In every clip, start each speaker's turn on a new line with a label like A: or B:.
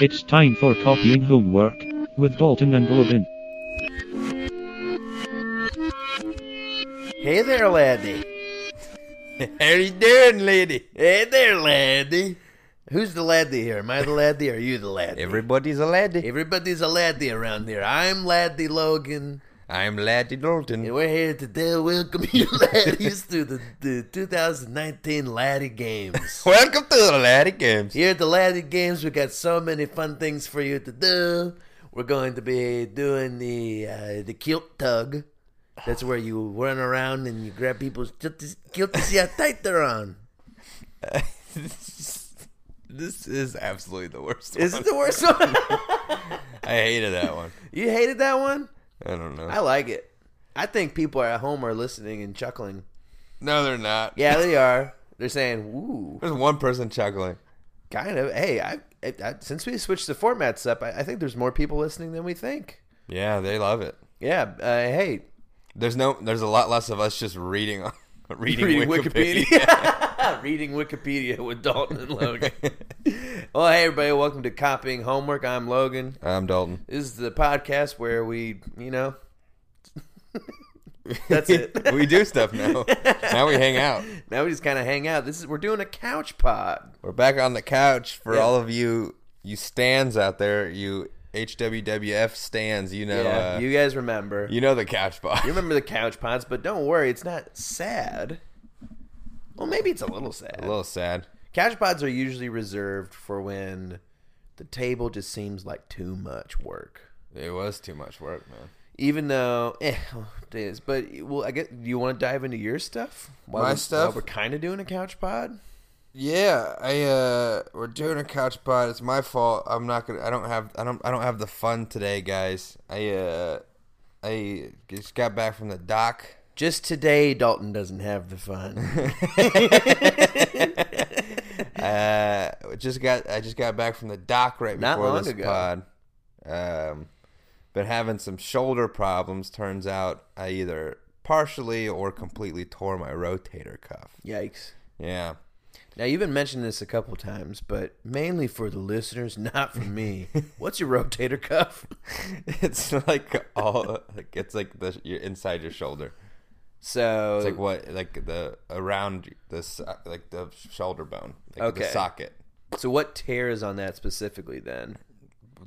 A: It's time for copying homework with Dalton and Logan.
B: Hey there, laddie. How you doing, lady? Hey there, laddie. Who's the laddie here? Am I the laddie or are you the laddie?
C: Everybody's a laddie.
B: Everybody's a laddie around here. I'm Laddie Logan,
C: I'm Laddie Dalton.
B: and we're here today to welcome you laddies to the, the 2019 Laddie Games.
C: Welcome to the Laddie Games.
B: Here at the Laddie Games, we got so many fun things for you to do. We're going to be doing the uh, the kilt tug. That's where you run around and you grab people's kilt to- kilt to see how tight they're on.
C: this is absolutely the worst
B: Is
C: one.
B: it the worst one?
C: I hated that one.
B: you hated that one?
C: I don't know.
B: I like it. I think people at home are listening and chuckling.
C: no, they're not.
B: Yeah, they are. They're saying, "Ooh,
C: There's one person chuckling.
B: kind of." Hey, I, I, I since we switched the formats up, I, I think there's more people listening than we think.
C: Yeah, they love it.
B: Yeah. Uh, hey,
C: There's no. There's a lot less of us just reading. on- reading,
B: reading
C: Wikipedia.
B: Wikipedia. reading Wikipedia with Dalton and Logan. well, hey everybody, welcome to Copying Homework. I'm Logan.
C: I'm Dalton.
B: This is the podcast where we, you know, that's it.
C: we do stuff now. Now we hang out.
B: now we just kind of hang out. This is we're doing a couch pod.
C: We're back on the couch for
B: Yeah.
C: all of you. You stands out there. You HWWF stands. You know.
B: yeah,
C: uh, you,
B: you guys remember.
C: know the couch box.
B: You remember the couch pods, but don't worry, it's not sad. Well, maybe it's a little sad.
C: a little sad.
B: Couch pods are usually reserved for when the table just seems like too much work.
C: It was too much work, man.
B: Even though, eh, it is. But, well, I guess, do you want to dive into your stuff? While
C: My
B: we-
C: stuff?
B: While we're kind of doing a couch pod?
C: Yeah, I uh we're doing a couch pod. It's my fault. I'm not gonna I don't have I don't I don't have the fun today, guys. I uh I just got back from the dock.
B: Just today, Dalton doesn't have the fun.
C: Uh just got I just got back from the dock right
B: Not
C: before
B: long
C: this
B: ago.
C: pod. Um been having some shoulder problems. Turns out I either partially or completely tore my rotator cuff.
B: Yikes.
C: Yeah.
B: Now, you've been mentioning this a couple times, but mainly for the listeners, not for me. What's your rotator cuff?
C: It's like all like it's like the your inside your shoulder.
B: So,
C: It's like what, like the around the so- like the shoulder bone, like
B: Okay.
C: the socket.
B: So what tears on that specifically then?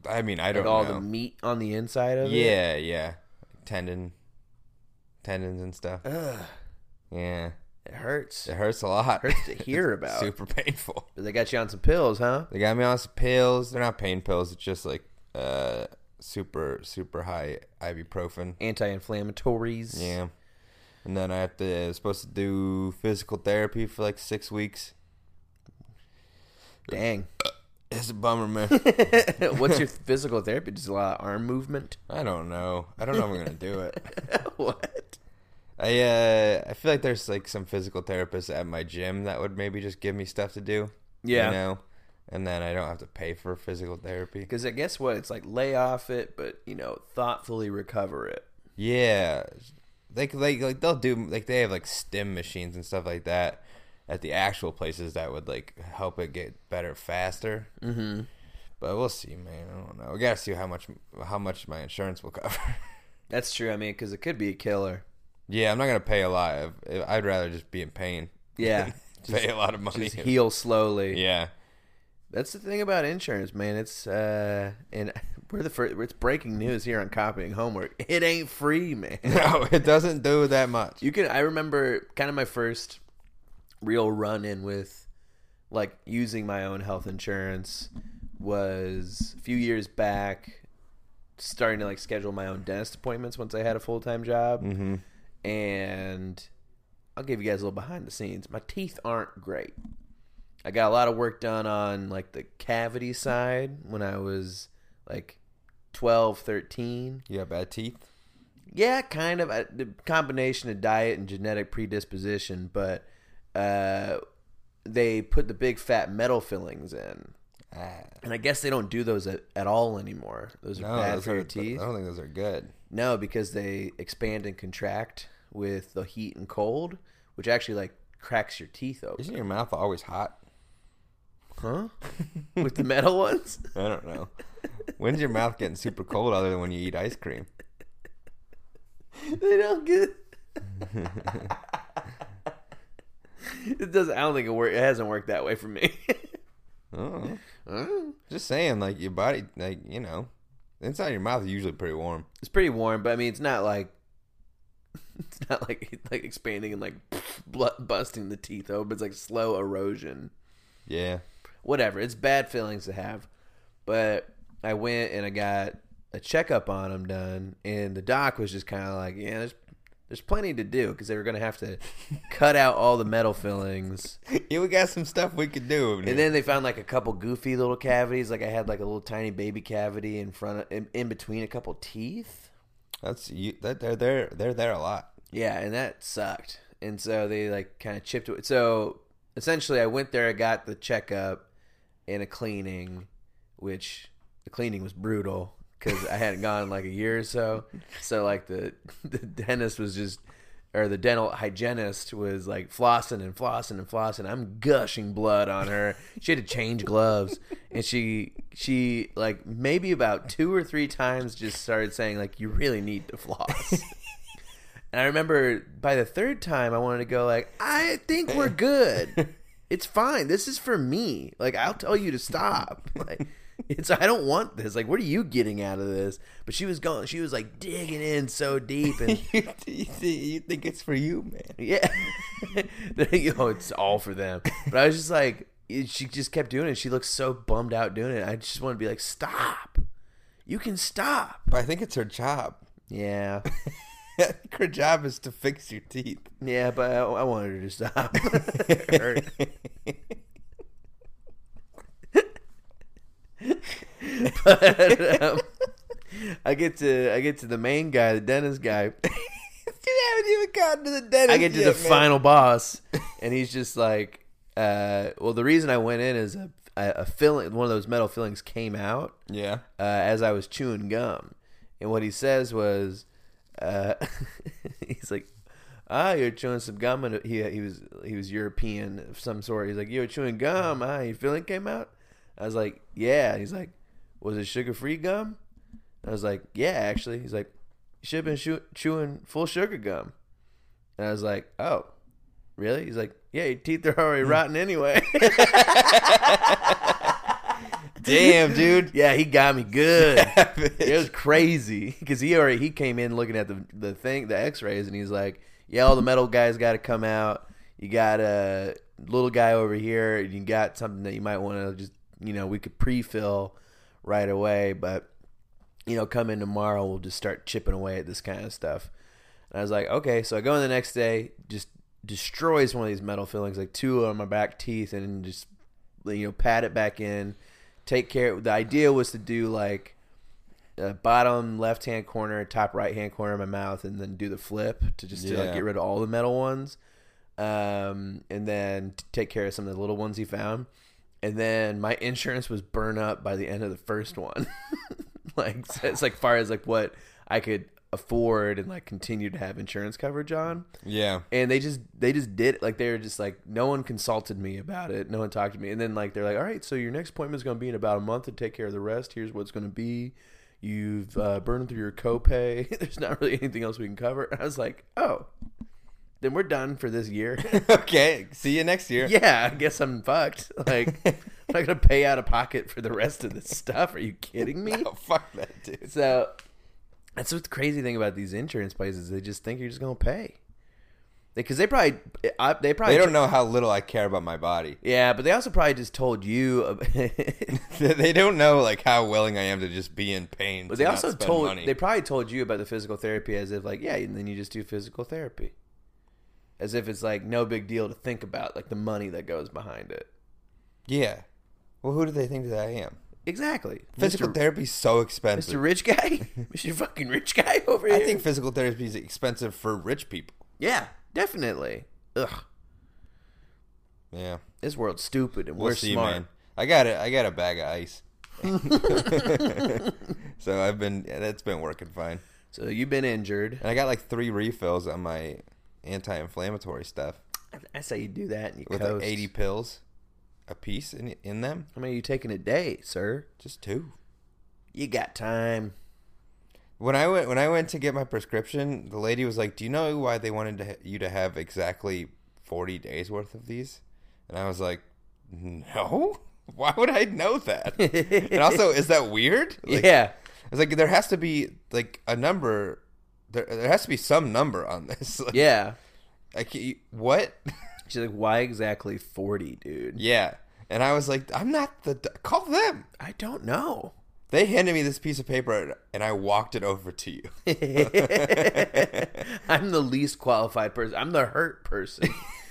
C: I mean, I don't
B: All the
C: know.
B: meat on the inside of it?
C: yeah, yeah, tendon, tendons and stuff.
B: Ugh,
C: Yeah,
B: it hurts.
C: it hurts a lot.
B: hurts to hear about.
C: Super painful.
B: They got you on some pills, huh?
C: They got me on some pills. They're not pain pills. It's just like uh, super super high ibuprofen.
B: Anti-inflammatories.
C: Yeah, and then I have to supposed to do physical therapy for like six weeks.
B: Dang.
C: It's a bummer, man.
B: What's your physical therapy? Just a lot of arm movement?
C: I don't know. I don't know if I'm gonna do it.
B: what?
C: I uh, I feel like there's like some physical therapists at my gym that would maybe just give me stuff to do.
B: Yeah.
C: You know, and then I don't have to pay for physical therapy.
B: Because I guess what? It's like lay off it, but, you know, thoughtfully recover it.
C: Yeah. Like like like they'll do like they have like stim machines and stuff like that at the actual places that would like help it get better faster. Mm-hmm. But we'll see, man. I don't know. We gotta see how much how much my insurance will cover.
B: That's true. I mean, because it could be a killer.
C: yeah, I'm not gonna pay a lot. If- if- I'd rather just be in pain.
B: Yeah.
C: pay a lot of money.
B: Just heal slowly.
C: yeah.
B: That's the thing about insurance, man. It's uh, and we're the first. It's breaking news here on copying homework. It ain't free, man.
C: No, it doesn't do that much.
B: You can. I remember kind of my first real run in with like using my own health insurance was a few years back. Starting to like schedule my own dentist appointments once I had a full time job, mm-hmm. and I'll give you guys a little behind the scenes. My teeth aren't great. I got a lot of work done on like the cavity side when I was like 12, 13.
C: You got bad teeth.
B: Yeah, kind of I- the combination of diet and genetic predisposition, but uh, they put the big fat metal fillings in.
C: Ah,
B: And I guess they don't do those at, at all anymore. Those are
C: no,
B: bad
C: those
B: for
C: are,
B: your teeth.
C: I don't think those are good.
B: No, because they expand and contract with the heat and cold, which actually like cracks your teeth open.
C: Isn't your mouth always hot?
B: Huh? With the metal ones?
C: I don't know. When's your mouth getting super cold other than when you eat ice cream?
B: they don't get. it does. not I don't think it work. It hasn't worked that way for me.
C: Oh,
B: Huh?
C: just saying, like your body, like you know, inside your mouth is usually pretty warm.
B: it's pretty warm, but I mean, it's not like it's not like like expanding and like blood busting the teeth open. It's like slow erosion.
C: Yeah,
B: Whatever. It's bad feelings to have, but I went and I got a checkup on them done, and the doc was just kind of like, "Yeah, there's there's plenty to do because they were gonna have to cut out all the metal fillings."
C: yeah, we got some stuff we could do.
B: And then they found like a couple goofy little cavities. Like I had like a little tiny baby cavity in front of, in, in between a couple teeth.
C: that's you. That they're there. They're there a lot.
B: Yeah, and that sucked. And so they like kind of chipped it. So essentially, I went there, I got the checkup and a cleaning, which the cleaning was brutal because I hadn't gone in like a year or so. So like the the dentist was just. Or the dental hygienist was like flossing and flossing and flossing. I'm gushing blood on her. She had to change gloves, and she she like maybe about two or three times just started saying like, "You really need to floss." And I remember by the third time, I wanted to go like, I think we're good. It's fine. This is for me. Like I'll tell you to stop. Like it's I don't want this. Like what are you getting out of this? But she was going. She was like digging in so deep and.
C: you, you think it's for you, man?
B: Yeah, you know it's all for them. But I was just like, it- she just kept doing it. She looked so bummed out doing it. I just want to be like, stop. You can stop.
C: But I think it's her job.
B: Yeah,
C: I think her job is to fix your teeth.
B: yeah, but I, I wanted her to stop. It hurt. but um, I get to I get to the main guy, the dentist guy.
C: haven't even gotten to the dentist.
B: I get to the final boss, and he's just like, uh, "Well, the reason I went in is a, a, a filling, one of those metal fillings came out
C: Yeah.
B: uh, as I was chewing gum, and what he says was, uh, he's like." Ah, you're chewing some gum, and he he was he was European of some sort. He's like, "You're chewing gum, ah? Your filling came out." I was like, "Yeah." He's like, "Was it sugar free gum?" I was like, "Yeah, actually." He's like, "You should have been chew- chewing full sugar gum." And I was like, "Oh, really?" He's like, "Yeah, your teeth are
C: Hmm.
B: already rotten anyway."
C: Damn, dude.
B: yeah, he got me good. it was
C: Bitch.
B: crazy because he already he came in looking at the the thing the X-rays and he's like, yeah, all the metal guys got to come out. You got a little guy over here. and You got something that you might want to just you know we could pre-fill right away, but you know come in tomorrow we'll just start chipping away at this kind of stuff. And I was like, okay, so I go in the next day, just destroys one of these metal fillings, like two on my back teeth, and just you know pat it back in. Take care. The idea was to do like uh, bottom left hand corner, top right hand corner of my mouth, and then do the flip to just to, like,
C: Yeah.
B: get rid of all the metal ones, um, and then t- take care of some of the little ones he found. And then my insurance was burn up by the end of the first one, like so it's like far as like what I could afford and like continue to have insurance coverage on
C: Yeah.
B: and they just they just did it. like they were just like no one consulted me about it no one talked to me and then like they're like all right so your next appointment is going to be in about a month to take care of the rest here's what's going to be you've uh, burned through your copay there's not really anything else we can cover and i was like oh then we're done for this year
C: okay. See you next year.
B: yeah i guess i'm fucked like i'm not going to pay out of pocket for the rest of this stuff are you kidding me
C: Oh, fuck that, dude.
B: so that's what's the crazy thing about these insurance places. They just think you're just gonna pay because they probably I, they probably
C: They don't know how little I care about my body.
B: Yeah, but they also probably just told you. ab-
C: they don't know like how willing I am to just be in pain.
B: but
C: to
B: they
C: not
B: also
C: spend
B: told
C: money.
B: they probably told you about the physical therapy as if like yeah, and then you just do physical therapy, as if it's like no big deal to think about like the money that goes behind it.
C: yeah. Well, who do they think that I am?
B: Exactly,
C: Physical
B: Mr.
C: therapy's so
B: Mr.
C: expensive.
B: Rich Guy, Mr. Fucking Rich Guy over here.
C: I think physical therapy is expensive for rich people.
B: yeah, definitely. Ugh,
C: Yeah.
B: this world's stupid and
C: We'll
B: we're
C: see,
B: smart.
C: man. I got it. I got a bag of ice. so I've been yeah, that's been working fine.
B: So you've been injured.
C: And I got like three refills on my anti-inflammatory stuff
B: I say you do that and you
C: with
B: coast.
C: like 80 pills. a piece in in them?
B: How many are you taking a day, sir?
C: Just two.
B: You got time.
C: When I went when I went to get my prescription, the lady was like, "Do you know why they wanted to ha- you to have exactly forty days worth of these?" And I was like, "No, why would I know that?" and also, is that weird? Like,
B: yeah.
C: it's like there has to be like a number. There, there has to be some number on this. Like,
B: Yeah.
C: I can't- what?
B: She's like, why exactly 40, dude?
C: yeah. And I was like, "I'm not the doc- call them."
B: I don't know.
C: They handed me this piece of paper, and I walked it over to you.
B: I'm the least qualified person. I'm the hurt person.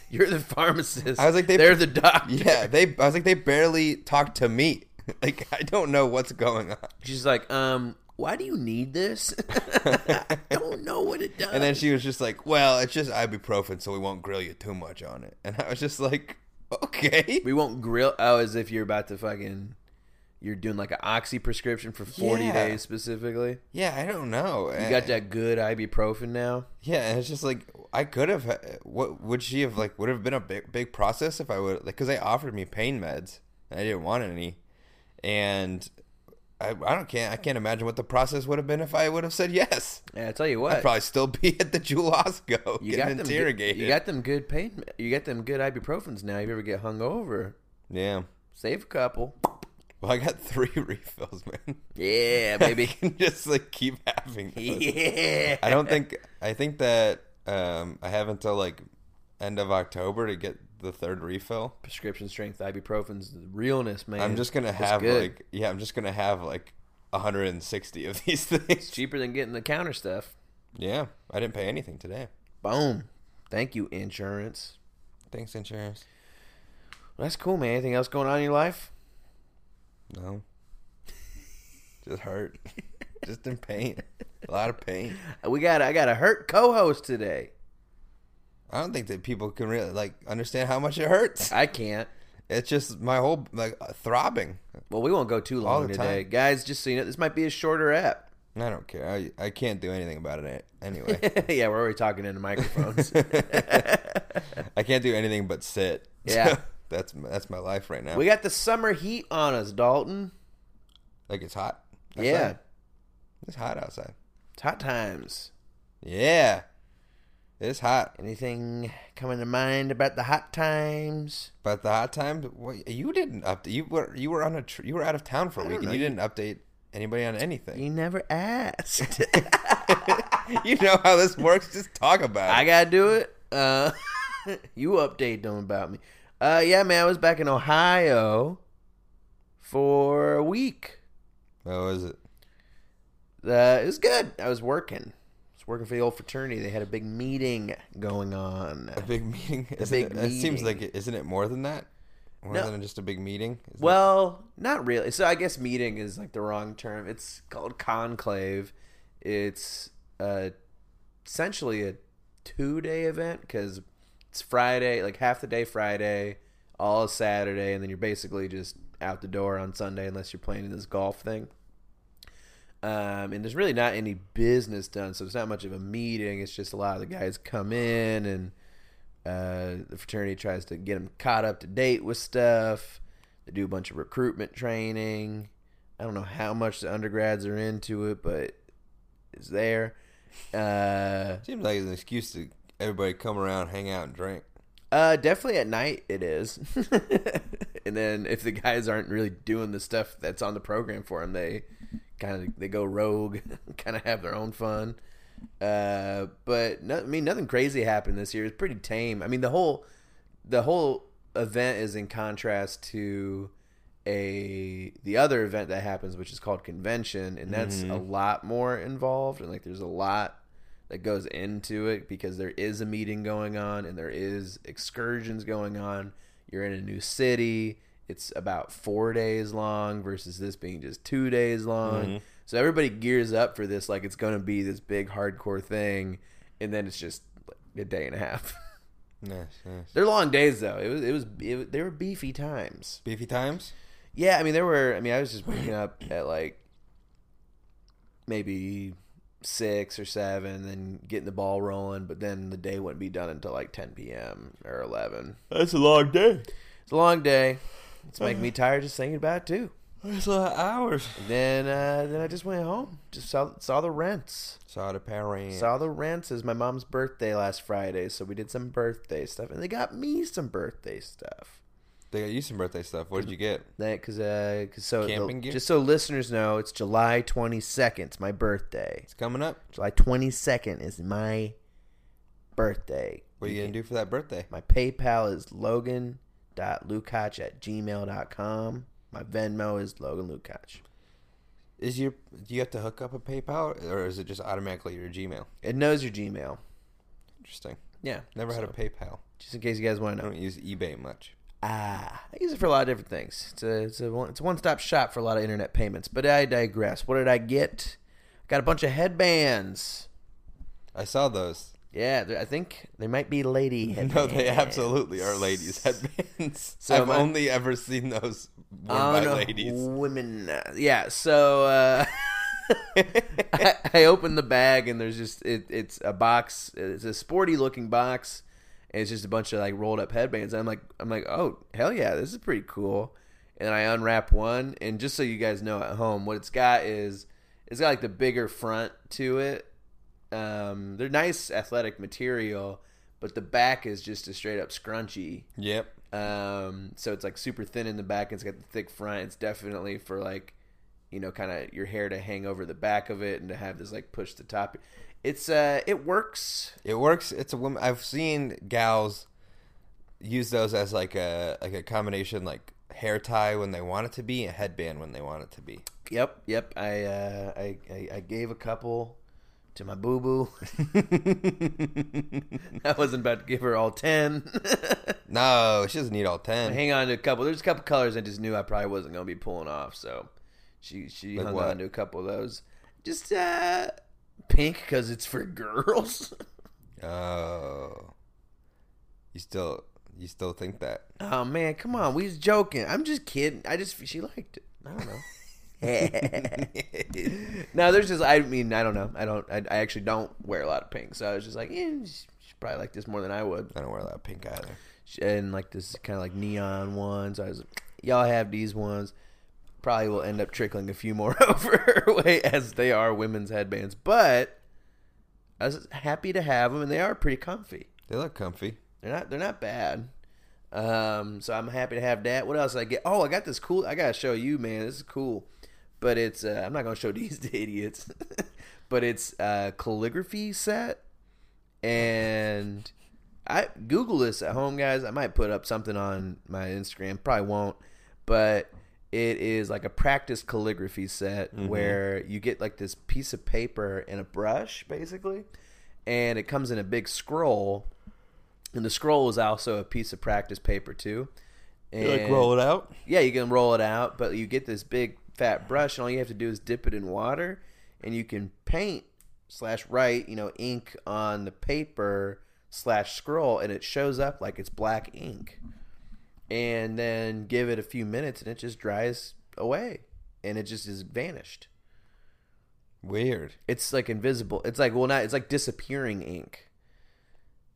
B: You're the pharmacist.
C: I was like, they-
B: are the doctor.
C: Yeah, they. I was like, they barely talked to me. Like, I don't know what's going on.
B: She's like, um, why do you need this? I don't know what it does.
C: And then she was just like, "Well, it's just ibuprofen, so we won't grill you too much on it." And I was just like, "Okay."
B: we won't grill. Oh, as if you're about to fucking. You're doing like an oxy prescription for 40
C: Yeah. Uh,
B: days specifically.
C: Yeah, I don't know.
B: You got that good ibuprofen now.
C: Yeah, and it's just like I could have. uh, What would she have like? Would have been a big, big process if I would like because they offered me pain meds and I didn't want any, and I, I don't can't I can't imagine what the process would have been if I would have said yes.
B: Yeah, I tell you what,
C: I'd probably still be at the Jewel Osco
B: you got
C: getting
B: them.
C: interrogated.
B: Good, you got them good pain. You got them good ibuprofens now. If you ever get hungover,
C: yeah.
B: save a couple.
C: Well, I got three refills, man.
B: Yeah,
C: I
B: baby.
C: can just like keep having. Those.
B: yeah.
C: I don't think I think that um, I have until like end of October to get the third refill.
B: prescription strength ibuprofen's the realness, man.
C: I'm just gonna
B: It's
C: have
B: good.
C: like yeah, I'm just gonna have like 160 of these things.
B: it's cheaper than getting the counter stuff.
C: Yeah, I didn't pay anything today.
B: Boom. Thank you, insurance.
C: Thanks, insurance.
B: Well, that's cool, man. Anything else going on in your life?
C: No, just hurt, just in pain, a lot of pain.
B: Uh, We got I got a hurt co-host today.
C: I don't think that people can really like understand how much it hurts.
B: I can't.
C: It's just my whole like throbbing.
B: Well, we won't go too long
C: the
B: today,
C: time.
B: guys. Just so you know, this might be a shorter app.
C: I don't care. I I can't do anything about it anyway.
B: yeah, we're already talking into microphones.
C: I can't do anything but sit.
B: Yeah.
C: that's that's my life right now.
B: we got the summer heat on us, Dalton.
C: like it's hot.
B: Yeah,
C: outside. it's hot outside.
B: it's hot times.
C: Yeah. It's hot.
B: Anything coming to mind about the hot times?
C: But the hot time what, you didn't update. You were you were on a tr- you were out of town for a week
B: don't
C: and you didn't update anybody on anything.
B: You never asked.
C: you know how this works. Just talk about
B: I
C: it.
B: gotta do it. Uh, you update them about me. Uh, yeah, man, I was back in Ohio for a week.
C: what was it?
B: Uh, it was good. I was working. I was working for the old fraternity. They had a big meeting going on.
C: A big meeting. A
B: big
C: it, It seems
B: meeting.
C: like it, isn't it more than that? More
B: No.
C: than just a big meeting. Isn't it-
B: Well, not really. So I guess meeting is like the wrong term. It's called conclave. It's uh, essentially a two-day event because it's Friday, like half the day Friday, all of Saturday, and then you're basically just out the door on Sunday unless you're playing in this golf thing. Um, and there's really not any business done, so it's not much of a meeting. It's just a lot of the guys come in and uh, the fraternity tries to get them caught up to date with stuff. They do a bunch of recruitment training. I don't know how much the undergrads are into it, but it's there. Uh,
C: seems like it's an excuse to everybody come around, hang out, and drink.
B: uh, definitely at night it is. and then if the guys aren't really doing the stuff that's on the program for them, they kind of they go rogue, kind of have their own fun. Uh, but no, I mean nothing crazy happened this year. It's pretty tame. I mean the whole the whole event is in contrast to a the other event that happens which is called convention and that's a lot more involved and like there's a lot that goes into it because there is a meeting going on and there is excursions going on you're in a new city it's about four days long versus this being just two days long so everybody gears up for this like it's going to be this big hardcore thing and then it's just like a day and a half
C: Nice, nice.
B: they're long days though. It was it was it, was- they were beefy times.
C: Beefy times.
B: Yeah, I mean there were. I mean I was just waking up at like maybe six or seven, then getting the ball rolling. But then the day wouldn't be done until like ten p.m. or eleven.
C: That's a long day.
B: It's a long day. It's making me tired just thinking about it too.
C: That's a lot of hours.
B: Then uh, then I just went home. Just saw saw the rents.
C: Saw the Power Rangers.
B: Saw the rents is my mom's birthday last Friday, so we did some birthday stuff, and they got me some birthday stuff.
C: They got you some birthday stuff. What did you get?
B: That because uh, 'cause so the-
C: Camping gear?
B: just so listeners know, it's July twenty second. It's my birthday.
C: It's coming up.
B: July twenty second is my birthday.
C: What are you gonna do for that birthday?
B: My PayPal is logan.lukach at gmail.com. My Venmo is Logan Lukach.
C: Is your do you have to hook up a PayPal or is it just automatically your Gmail?
B: It knows your Gmail.
C: Interesting.
B: Yeah.
C: Never had a
B: So,
C: PayPal.
B: Just in case you guys want
C: I
B: to know.
C: don't use eBay much.
B: Ah, I use it for a lot of different things. It's a it's a one, it's a one stop shop for a lot of internet payments. But I digress. What did I get? Got a bunch of headbands.
C: I saw those.
B: Yeah, they're- I think they might be lady headbands.
C: No, they absolutely are ladies headbands.
B: So
C: I've
B: my-
C: only ever seen those worn
B: Oh,
C: by
B: no,
C: ladies.
B: Women. Yeah, so uh, I, I opened the bag and there's just it, it's a box. It's a sporty looking box. And it's just a bunch of like rolled up headbands. And I'm like I'm like, "Oh, hell yeah, this is pretty cool." And I unwrap one and just so you guys know at home, what it's got is it's got like the bigger front to it. Um, they're nice athletic material, but the back is just a straight up scrunchie.
C: Yep.
B: Um, so it's like super thin in the back. It's got the thick front. It's definitely for like, you know, kind of your hair to hang over the back of it and to have this like push the top. It's uh, it works.
C: It works. It's a woman. I've seen gals use those as like a like a combination like hair tie when they want it to be and headband when they want it to be.
B: Yep, yep. I uh, I, I I gave a couple to my boo boo. I wasn't about to give her all ten.
C: No, she doesn't need all ten.
B: Hang on to a couple. There's a couple colors I just knew I probably wasn't gonna be pulling off. So she she
C: Like
B: hung
C: what?
B: on to a couple of those. Just uh, pink because it's for girls.
C: Oh, you still you still think that?
B: Oh man, come on. We was joking. I'm just kidding. I just she liked it. I don't know. no, there's just I mean, I don't know. I don't I, I actually don't wear a lot of pink. So I was just like, eh, she, she probably like this more than I would.
C: I don't wear a lot of pink either.
B: She- And like this kind of like neon ones. I was y'all have these ones. Probably will end up trickling a few more over her way as they are women's headbands, but I was happy to have them and they are pretty comfy.
C: They look comfy.
B: They're not they're not bad. Um, so I'm happy to have that. What else did I get? Oh, I got this cool. I gotta show you, man. This is cool, but it's uh, I'm not gonna show these to idiots. but it's uh, calligraphy set, and I Google this at home, guys. I might put up something on my Instagram. Probably won't, but it is like a practice calligraphy set where you get like this piece of paper and a brush, basically, and it comes in a big scroll. And the scroll is also a piece of practice paper too. And
C: it out.
B: Yeah, you can roll it out, but you get this big fat brush, and all you have to do is dip it in water, and you can paint slash write, you know, ink on the paper slash scroll, and it shows up like it's black ink. And then give it a few minutes, and it just dries away, and it just is vanished.
C: Weird.
B: It's like invisible. It's like well, not. It's like disappearing ink.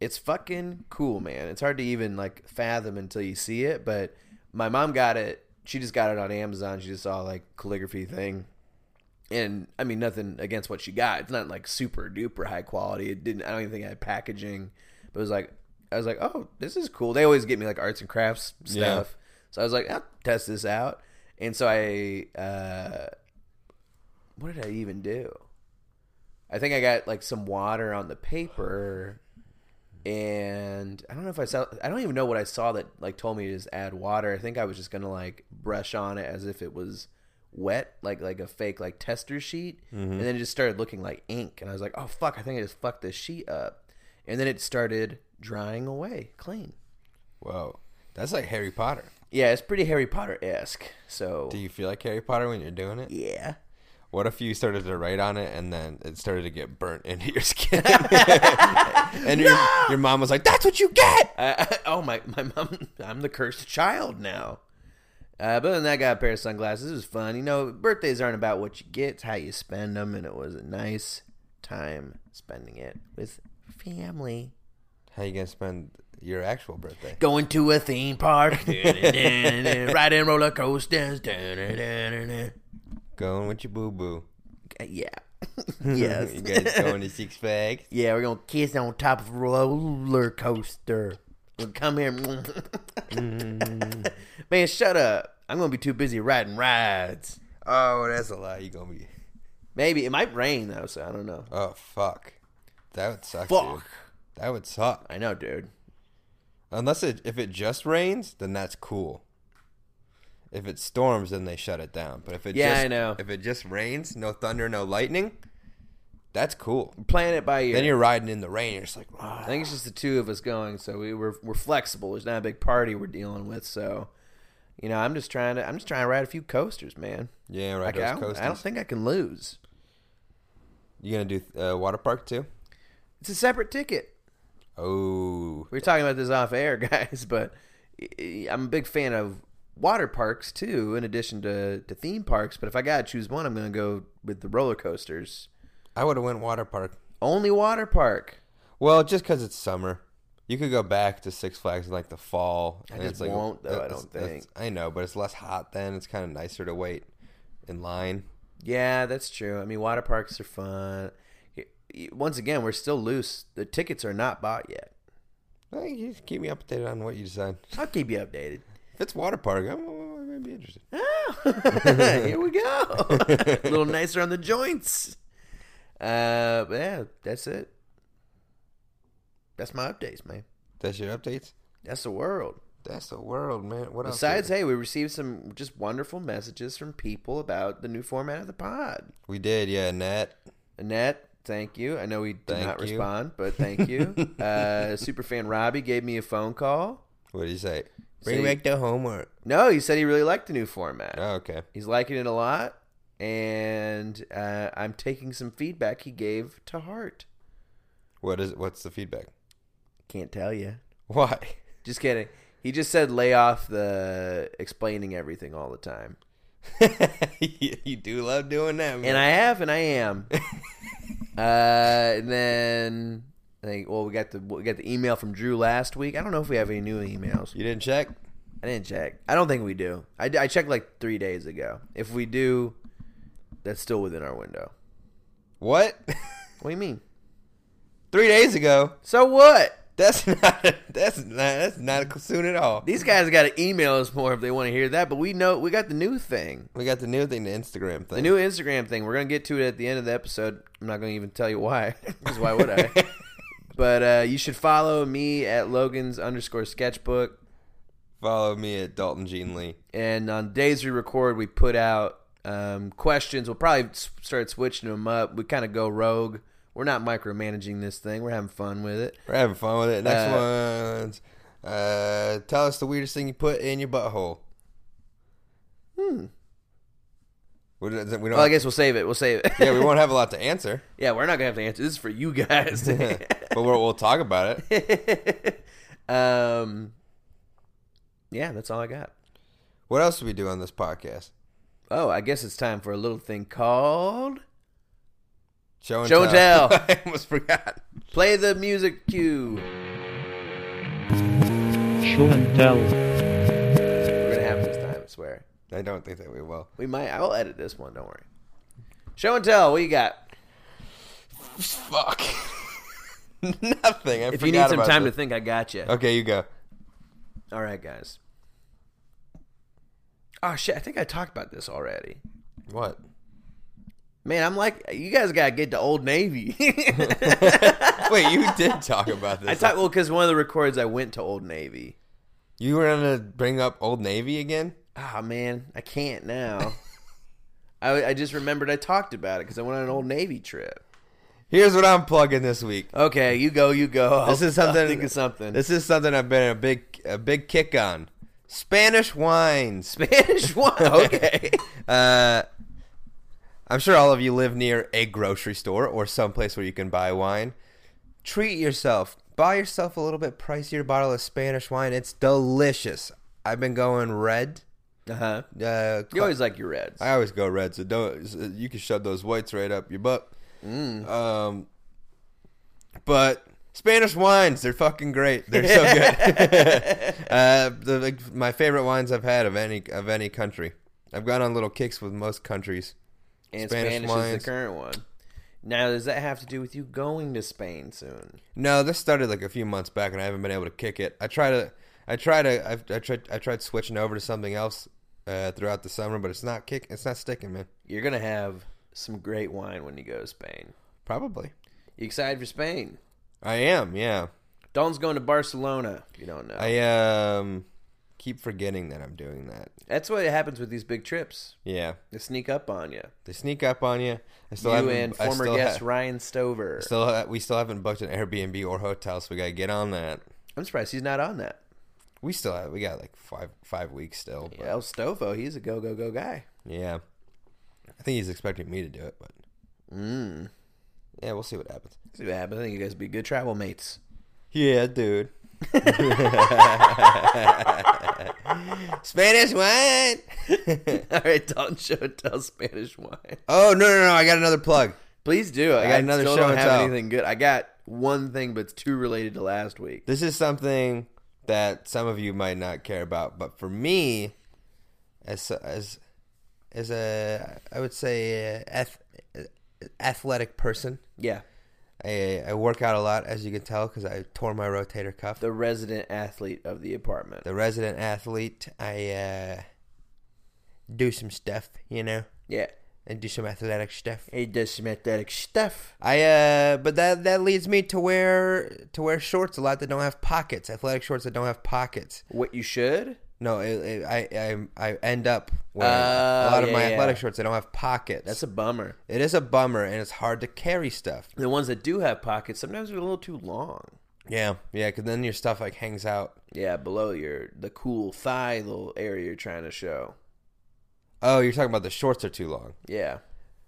B: It's fucking cool, man. It's hard to even like fathom until you see it. But my mom got it. She just got it on Amazon. She just saw like calligraphy thing, and I mean nothing against what she got. It's not like super duper high quality. It didn't. I don't even think it had packaging. But it was like I was like, oh, this is cool. They always get me like arts and crafts
C: Yeah.
B: stuff. So I was like, I'll test this out. And so I, uh, what did I even do? I think I got like some water on the paper, and I don't know if I saw. I don't even know what I saw that like told me to just add water. I think I was just gonna like brush on it as if it was wet, like like a fake like tester sheet,
C: Mm-hmm.
B: and then it just started looking like ink. And I was like, oh fuck, I think I just fucked this sheet up. And then it started drying away, clean.
C: Whoa, that's like Harry Potter.
B: Yeah, it's pretty Harry Potter esque. So
C: Do you feel like Harry Potter when you're doing it?
B: yeah.
C: What if you started to write on it and then it started to get burnt into your skin? and your, your mom was like, "That's what you get."
B: I, I- oh my, my mom! I'm the cursed child now. Uh, but then I got a pair of sunglasses. It was fun. You know, birthdays aren't about what you get; it's how you spend them. And it was a nice time spending it with family.
C: How you gonna spend your actual birthday.
B: Going to a theme park, riding roller coasters. yeah,
C: Going with your boo boo.
B: yes.
C: you guys going to Six Flags?
B: Yeah, we're gonna kiss on top of a roller coaster. Come here,
C: Mm-hmm.
B: man. Shut up. I'm gonna be too busy riding rides.
C: Oh, that's a lie. You gonna be?
B: Maybe it might rain though, so I don't know.
C: Oh fuck, that would suck. dude.
B: Fuck.
C: that would suck.
B: I know, dude.
C: Unless it if it just rains, then that's cool. If it storms, then they shut it down. But if it
B: Yeah,
C: just,
B: I know.
C: if it just rains, no thunder, no lightning, that's cool.
B: Playing it by ear.
C: Then you're riding in the rain. You're just like,
B: I
C: "Ah."
B: think it's just the two of us going, so we we're we're flexible. There's not a big party we're dealing with, so you know, I'm just trying to I'm just trying to ride a few coasters, man.
C: yeah, right.
B: Like, I,
C: Those
B: don't, I
C: coasters.
B: don't think I can lose.
C: you gonna do uh, water park too?
B: It's a separate ticket.
C: Oh,
B: We were talking about this off air, guys, but I- I'm a big fan of water parks too, in addition to, to theme parks. But if I gotta choose one, I'm gonna go with the roller coasters.
C: I would have went water park.
B: Only water park.
C: Well, just because it's summer, you could go back to Six Flags in like the fall. I
B: just
C: it's like,
B: won't, though, I
C: that's-
B: don't
C: that's-
B: think.
C: I know, but it's less hot then. It's kind of nicer to wait in line.
B: Yeah, that's true. I mean, water parks are fun. Y- y- Once again, we're still loose. The tickets are not bought yet.
C: Well, you just keep me updated on what you decide.
B: I'll keep you updated.
C: If it's water park, I'm, I might be interested.
B: Oh, here we go. a little nicer on the joints. Uh, but yeah, that's it. That's my updates, man.
C: That's your updates.
B: That's the world.
C: That's the world, man. What else?
B: Besides, hey, we received some just wonderful messages from people about the new format of the pod.
C: we did, yeah. Nat,
B: Annette, thank you. I know we did
C: Thank
B: not
C: you.
B: respond, but thank you. uh, Superfan Robbie gave me a phone call.
C: what did you say? Bring
B: Say-
C: back the homework.
B: No, he said he really liked the new format.
C: Oh, okay.
B: He's liking it a lot, and uh, I'm taking some feedback he gave to heart.
C: What is? What's the feedback?
B: Can't tell you.
C: Why?
B: Just kidding. He just said lay off the explaining everything all the time.
C: you, you do love doing that, man.
B: And I have, and I am. uh, and then I think. Well, we got the we got the email from Drew last week. I don't know if we have any new emails.
C: you didn't check.
B: I didn't check. I don't think we do. I, d- I checked like three days ago. If we do, that's still within our window.
C: What?
B: What do you mean?
C: Three days ago.
B: So what?
C: That's not. That's not. That's not soon at all.
B: These guys got to email us more if they want to hear that. But we know we got the new thing,
C: We got the new thing, the Instagram thing.
B: the new Instagram thing. We're gonna get to it at the end of the episode. I'm not gonna even tell you why, because why would I? But uh, you should follow me at Logan's underscore sketchbook.
C: Follow me at Dalton Gene Lee.
B: And on days we record, we put out um, questions. We'll probably s- start switching them up. We kind of go rogue. We're not micromanaging this thing. We're having fun with it.
C: We're having fun with it. Next one's uh, tell us the weirdest thing you put in your butthole. Hmm. We don't. we don't-
B: Well, I guess we'll save it. We'll save it.
C: yeah, we won't have a lot to answer,
B: yeah, we're not gonna have to answer. This is for you guys.
C: but we'll, we'll talk about it.
B: um, yeah, that's all I got.
C: What else do we do on this podcast?
B: Oh, I guess it's time for a little thing called
C: Show and
B: Show and
C: tell.
B: tell.
C: I almost forgot.
B: play the music cue.
A: Show and tell.
B: We're gonna have it this time. I swear.
C: I don't think that we will.
B: We might. I'll edit this one. Don't worry. Show and tell. What you got?
C: Fuck. Nothing. I
B: If you need some time
C: this.
B: to think, I got you.
C: Okay, you go.
B: All right, guys. Oh shit! I think I talked about this already.
C: What?
B: Man, I'm like, you guys gotta get to Old Navy.
C: Wait, you did talk about this.
B: I talked well because one of the records I went to Old Navy.
C: You were gonna bring up Old Navy again?
B: Ah man, I can't now. I, I just remembered I talked about it because I went on an Old Navy trip.
C: Here's what I'm plugging this week.
B: Okay, you go, you go.
C: This
B: I'll-
C: is something.
B: I'll think of something.
C: This is something I've been a big a big kick on. Spanish wines.
B: Spanish one. Okay.
C: Uh, I'm sure all of you live near a grocery store or someplace where you can buy wine. Treat yourself. Buy yourself a little bit pricier bottle of Spanish wine. It's delicious. I've been going red.
B: Uh huh.
C: Uh,
B: You always like your Reds.
C: I always go red, so don't. uh, so
B: Mm.
C: You can shove those whites right up your butt. Um, but Spanish wines, they're fucking great. They're so good. uh, the, like, my favorite wines I've had of any of any country. I've gone on little kicks with most countries.
B: And
C: Spanish
B: Spanish, is
C: wines.
B: the current one. Now, does that have to do with you going to Spain soon?
C: No, this started like a few months back, and I haven't been able to kick it. I try to, I try to, I've, I tried, I tried switching over to something else uh, throughout the summer, but it's not kick, it's not sticking, man.
B: You're gonna have some great wine when you go to Spain.
C: Probably,
B: You excited for Spain?
C: I am. Yeah,
B: Don's going to Barcelona. if You don't know.
C: I um keep forgetting that I'm doing that.
B: That's what happens with these big trips.
C: Yeah,
B: They sneak up on you.
C: they sneak up on you. I still
B: you
C: haven't-
B: and
C: I
B: former
C: still
B: guest
C: ha-
B: Ryan Stover.
C: still, ha- we still haven't booked an Airbnb or hotel, so we gotta get on that.
B: I'm surprised he's not on that.
C: We still have, we got like five five weeks still. but-
B: Yeah, El Stovo, he's a go go go guy.
C: Yeah. I think he's expecting me to do it, but
B: Mm.
C: yeah, we'll see what happens.
B: See what happens. I think you guys would be good travel mates.
C: Yeah, dude. Spanish wine.
B: All right, Don show and tell Spanish wine.
C: oh no no no! I got another plug.
B: Please do. I,
C: got another
B: still
C: show
B: don't
C: and
B: have
C: tell.
B: anything good. I got one thing, but it's two related to last week.
C: This is something that some of you might not care about, but for me, as as as a I would say uh, ath- athletic person,
B: Yeah,
C: I, I work out a lot, as you can tell, because I tore my rotator cuff.
B: the resident athlete of the apartment.
C: the resident athlete. I uh, do some stuff, you know,
B: yeah,
C: and do some athletic stuff.
B: he does some athletic stuff.
C: I uh, but that that leads me to wear to wear shorts a lot that don't have pockets, athletic shorts that don't have pockets.
B: What you should?
C: No, it, it, I I I end up wearing
B: Oh,
C: a lot of
B: yeah,
C: my
B: yeah.
C: athletic shorts that don't have pockets.
B: That's a bummer.
C: it is a bummer, and it's hard to carry stuff.
B: The ones that do have pockets sometimes are a little too long.
C: Yeah, yeah, because then your stuff like hangs out.
B: Yeah, below your the cool thigh little area you're trying to show.
C: Oh, you're talking about the shorts are too long.
B: Yeah.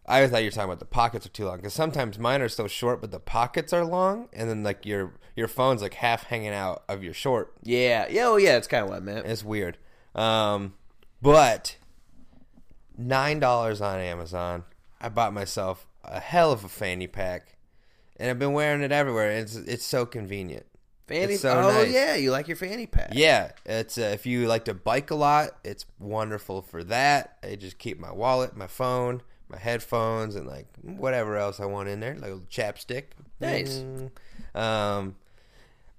C: I thought you were talking about the pockets are too long because sometimes mine are so short, but the pockets are long, and then like your your phone's like half hanging out of your short.
B: Yeah. Yeah, oh yeah, that's kinda what I meant.
C: It's weird. Um, but nine dollars on Amazon, I bought myself a hell of a fanny pack, and I've been wearing it everywhere. It's it's so convenient.
B: Fanny
C: It's so
B: Oh
C: nice.
B: yeah, you like your fanny pack.
C: Yeah, it's uh, if you like to bike a lot, it's wonderful for that. I just keep my wallet, my phone, my headphones, and like whatever else I want in there, like a little chapstick.
B: Nice.
C: Mm. Um,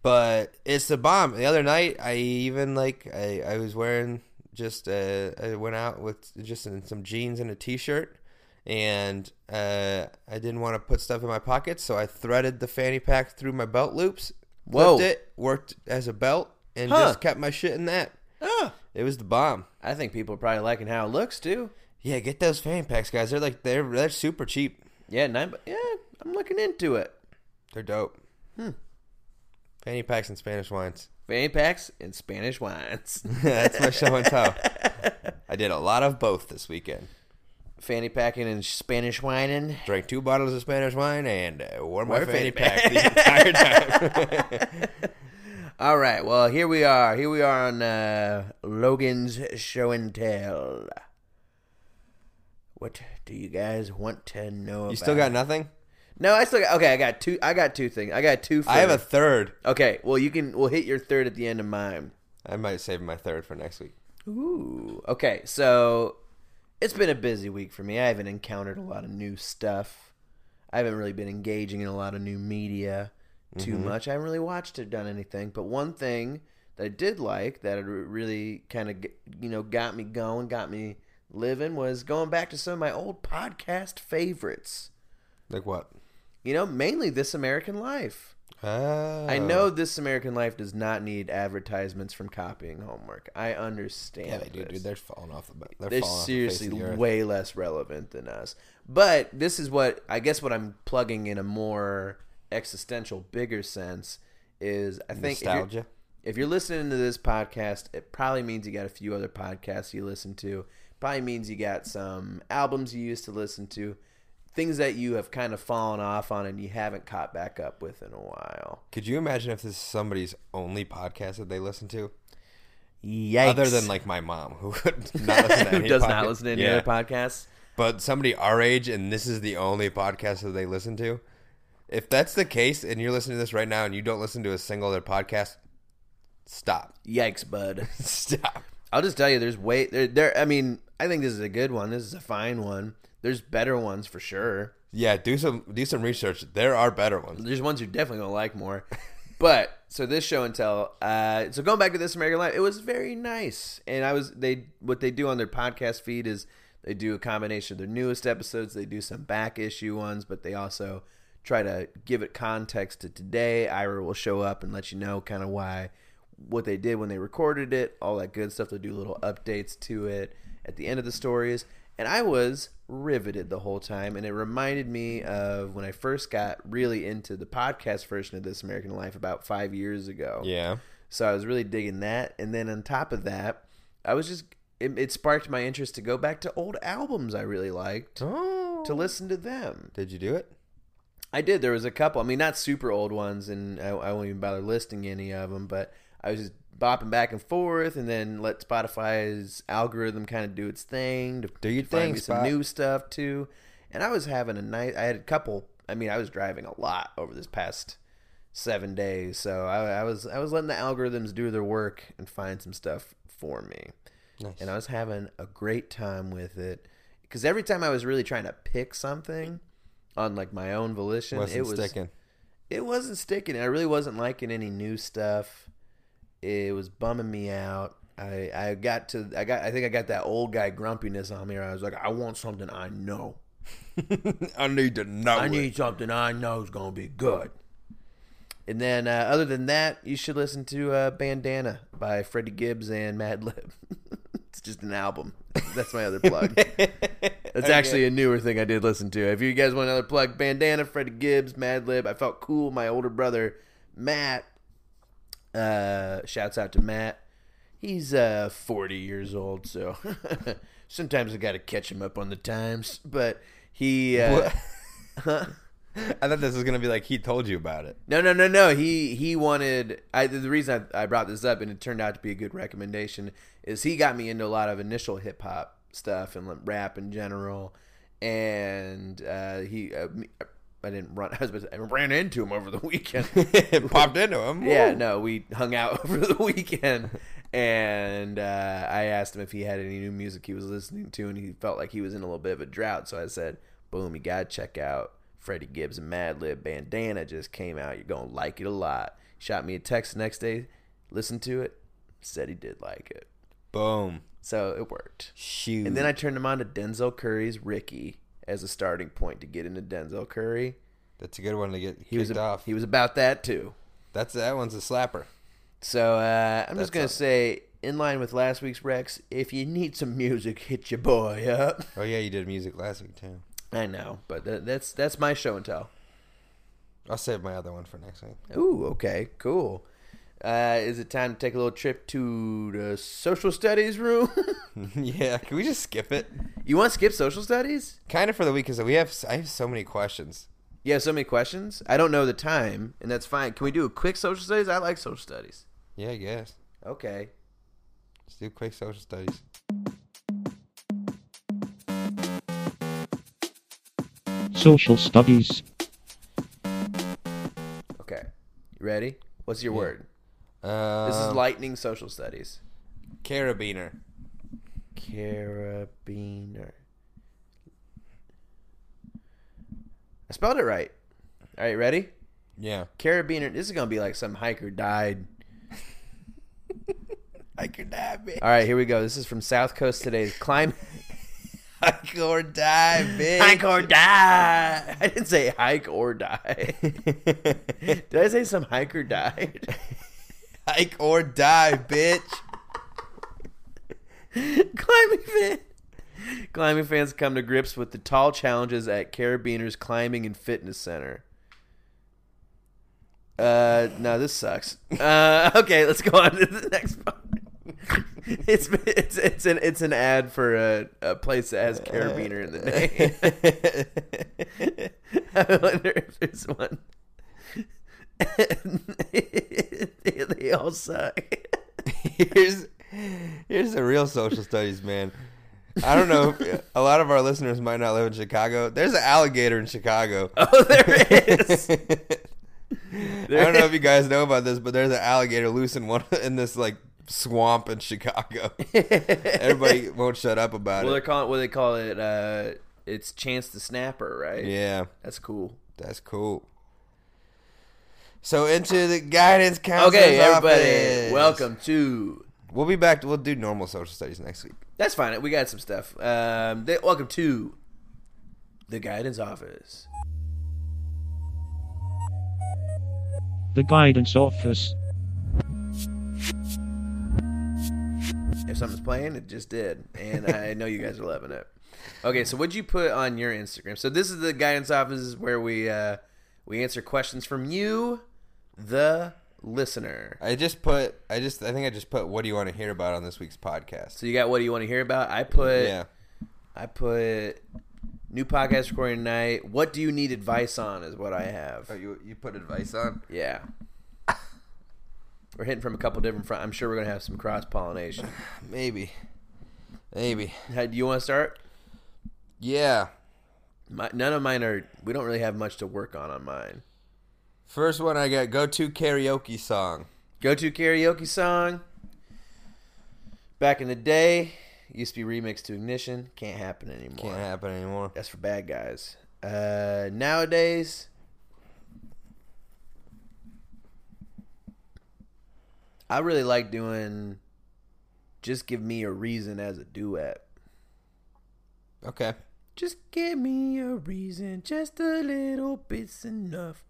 C: but it's the bomb. The other night, I even like I, I was wearing just uh, I went out with just in some jeans and a t-shirt. And uh, I didn't want to put stuff in my pockets, so I threaded the fanny pack through my belt loops,
B: Whoa.
C: clipped it, worked as a belt and
B: Huh.
C: just kept my shit in that.
B: Oh,
C: It was the bomb.
B: I think people are probably liking how it looks too.
C: Yeah, get those fanny packs, guys. They're like they're they're super cheap.
B: Yeah, nine bu- yeah, I'm looking into it.
C: They're dope. Hmm. Fanny packs and Spanish wines.
B: Fanny packs and Spanish wines.
C: That's my show and tell. I did a lot of both this weekend.
B: fanny packing and Spanish whining.
C: Drank two bottles of Spanish wine and uh, wore my
B: Wore fanny
C: fanny pack the entire time.
B: All right, well here we are. Here we are on uh, Logan's show and tell. What do you guys want to know?
C: You still
B: about?
C: got nothing?
B: No, I still got okay. I got two. I got two things. I got two. For,
C: I have a third.
B: okay. Well, you can. We'll hit your third at the end of mine.
C: I might save my third for next week.
B: Ooh. Okay. So it's been a busy week for me. I haven't encountered a lot of new stuff. I haven't really been engaging in a lot of new media too
C: Mm-hmm.
B: much. I haven't really watched or done anything. But one thing that I did like that it really kind of you know got me going, got me living was going back to some of my old podcast favorites.
C: Like what?
B: You know, mainly This American Life.
C: Oh.
B: I know this American Life does not need advertisements from copying homework. I understand.
C: Yeah, they do,
B: this.
C: dude. They're falling off the. bu- They're,
B: They're
C: falling off the face of
B: seriously
C: the earth.
B: way less relevant than us. But this is what I guess what I'm plugging in a more existential, bigger sense is I think if you're-
C: nostalgia.
B: if you're listening to this podcast, it probably means you got a few other podcasts you listen to. Probably means you got some albums you used to listen to, things that you have kind of fallen off on and you haven't caught back up with in a while.
C: Could you imagine if this is somebody's only podcast that they listen to,
B: Yikes.
C: other than like my mom, who would not listen to
B: who
C: any
B: does
C: podca-
B: not listen to any
C: Yeah.
B: other podcasts?
C: But somebody our age, and this is the only podcast that they listen to. If that's the case, and you're listening to this right now, and you don't listen to a single other podcast, stop,
B: Yikes, bud.
C: stop.
B: I'll just tell you, there's way there. There, I mean, I think this is a good one. This is a fine one. There's better ones for sure.
C: Yeah, do some do some research. There are better ones.
B: There's ones you're definitely gonna like more. But so this show and tell. Uh, so going back to this American Life, it was very nice. And I was they what they do on their podcast feed is they do a combination of their newest episodes. They do some back issue ones, but they also try to give it context to today. Ira will show up and let you know kind of why what they did when they recorded it, all that good stuff. They do little updates to it at the end of the stories. And I was riveted the whole time. And it reminded me of when I first got really into the podcast version of This American Life about five years ago.
C: Yeah,
B: So I was really digging that. And then on top of that, I was just, it, it sparked my interest to go back to old albums I really liked
C: Oh.
B: to listen to them.
C: Did you do it?
B: I did. There was a couple. I mean, not super old ones, and I, I won't even bother listing any of them. But I was just bopping back and forth, and then let Spotify's algorithm kind of do its thing to
C: Do your
B: to find
C: thing,
B: me some
C: Spot.
B: new stuff too. And I was having a night. I had a couple. I mean, I was driving a lot over this past seven days, so I, I was I was letting the algorithms do their work and find some stuff for me
C: Nice.
B: and I was having a great time with it because every time I was really trying to pick something on like my own volition,
C: Wasn't
B: it was
C: sticking.
B: it wasn't sticking. I really wasn't liking any new stuff. It was bumming me out. I I got to I got I think I got that old guy grumpiness on me. Where I was like, I want something I know.
C: I need to know.
B: I
C: it.
B: need something I know is gonna be good. And then, uh, other than that, you should listen to uh, "Bandana" by Freddie Gibbs and Madlib. it's just an album. That's my other plug. That's actually a newer thing I did listen to. If you guys want another plug, Bandana, Freddie Gibbs, Madlib. I felt cool. My older brother Matt. Uh, shouts out to Matt. He's uh 40 years old, so sometimes I got to catch him up on the times. But he uh,
C: What? I thought this was gonna be like he told you about it.
B: No, no, no, no. He he wanted. I, the reason I, I brought this up, and it turned out to be a good recommendation, is he got me into a lot of initial hip hop stuff and like, rap in general. And uh, he, uh, me, I didn't run. I was about to, say, I ran into him over the weekend.
C: it popped into him.
B: Yeah,
C: Woo.
B: no, we hung out over the weekend, and uh, I asked him if he had any new music he was listening to, and he felt like he was in a little bit of a drought. So I said, "Boom, you gotta check out Freddie Gibbs and Madlib Bandana just came out. You're gonna like it a lot." Shot me a text the next day, listened to it, said he did like it,
C: Boom.
B: so it worked.
C: Shoot.
B: And then I turned him on to Denzel Curry's Ricky as a starting point to get into Denzel Curry.
C: That's a good one to get kicked
B: He was a,
C: off.
B: he was about that too.
C: That's that one's a slapper.
B: So uh, I'm just
C: That's
B: gonna
C: a-
B: say, in line with last week's Rex, if you need some music, hit your boy up.
C: Oh yeah, you did music last week too.
B: I know, but tha- that's that's my show and tell.
C: I'll save my other one for next week.
B: Ooh, okay, cool. Uh, is it time to take a little trip to the social studies room?
C: yeah, can we just skip it?
B: you want to skip social studies?
C: Kind of for the week because we have I have so many questions.
B: You have so many questions. I don't know the time, and that's fine. Can we do a quick social studies? I like social studies.
C: Yeah, I guess.
B: Okay.
C: Let's do quick social studies.
A: Social studies.
B: Okay. You ready? What's your word?
C: Um,
B: This is lightning social studies.
C: carabiner.
B: Carabiner. I spelled it right. All right, ready?
C: Yeah,
B: Carabiner. This is gonna be like some hiker died.
C: I could dive, bitch.
B: All right, here we go. This is from South Coast today's climb.
C: Hike or die, bitch.
B: or die. I didn't say hike or die. Did I say some hiker died?
C: Hike or die, bitch.
B: climbing fan. Climbing fans come to grips with the tall challenges at Carabiners Climbing and Fitness Center. Uh, no, this sucks. Uh, okay, let's go on to the next part. It's it's it's an it's an ad for a, a place that has carabiner in the name. I wonder if there's one. they, they all suck.
C: here's here's the real social studies man I don't know. If, a lot of our listeners might not live in Chicago. There's an alligator in Chicago.
B: Oh, there is.
C: I don't know if you guys know about this, but there's an alligator loose in one in this like swamp in Chicago. Everybody won't shut up about
B: well, they're
C: it.
B: calling what do they call it. Uh, it's Chance the Snapper, right?
C: Yeah,
B: that's cool.
C: that's cool. So into the guidance counselor's
B: Okay, everybody,
C: office.
B: welcome to.
C: We'll be back. We'll do normal social studies next week.
B: That's fine. We got some stuff. Um, they, welcome to the guidance office.
A: The guidance office.
B: If something's playing, it just did, and I know you guys are loving it. Okay, so what'd you put on your Instagram? So this is the guidance office is where we uh, we answer questions from you, the listener.
C: I just put. I just. I think I just put. What do you want to hear about on this week's podcast?
B: So you got what do you want to hear about? I put
C: Yeah.
B: I put new podcast recording tonight. What do you need advice on? Is what I have.
C: Oh, you you put advice on.
B: Yeah. We're hitting from a couple different fronts. I'm sure we're gonna have some cross pollination.
C: Maybe. Maybe.
B: Do you want to start?
C: Yeah.
B: My, none of mine are. We don't really have much to work on on mine.
C: First one I got go to karaoke song.
B: Go to karaoke song. Back in the day, used to be remixed to Ignition. Can't happen anymore.
C: Can't happen anymore.
B: That's for bad guys. Uh, nowadays, I really like doing. Just give me a reason as a duet.
C: Okay.
B: Just give me a reason, just a little bit's enough.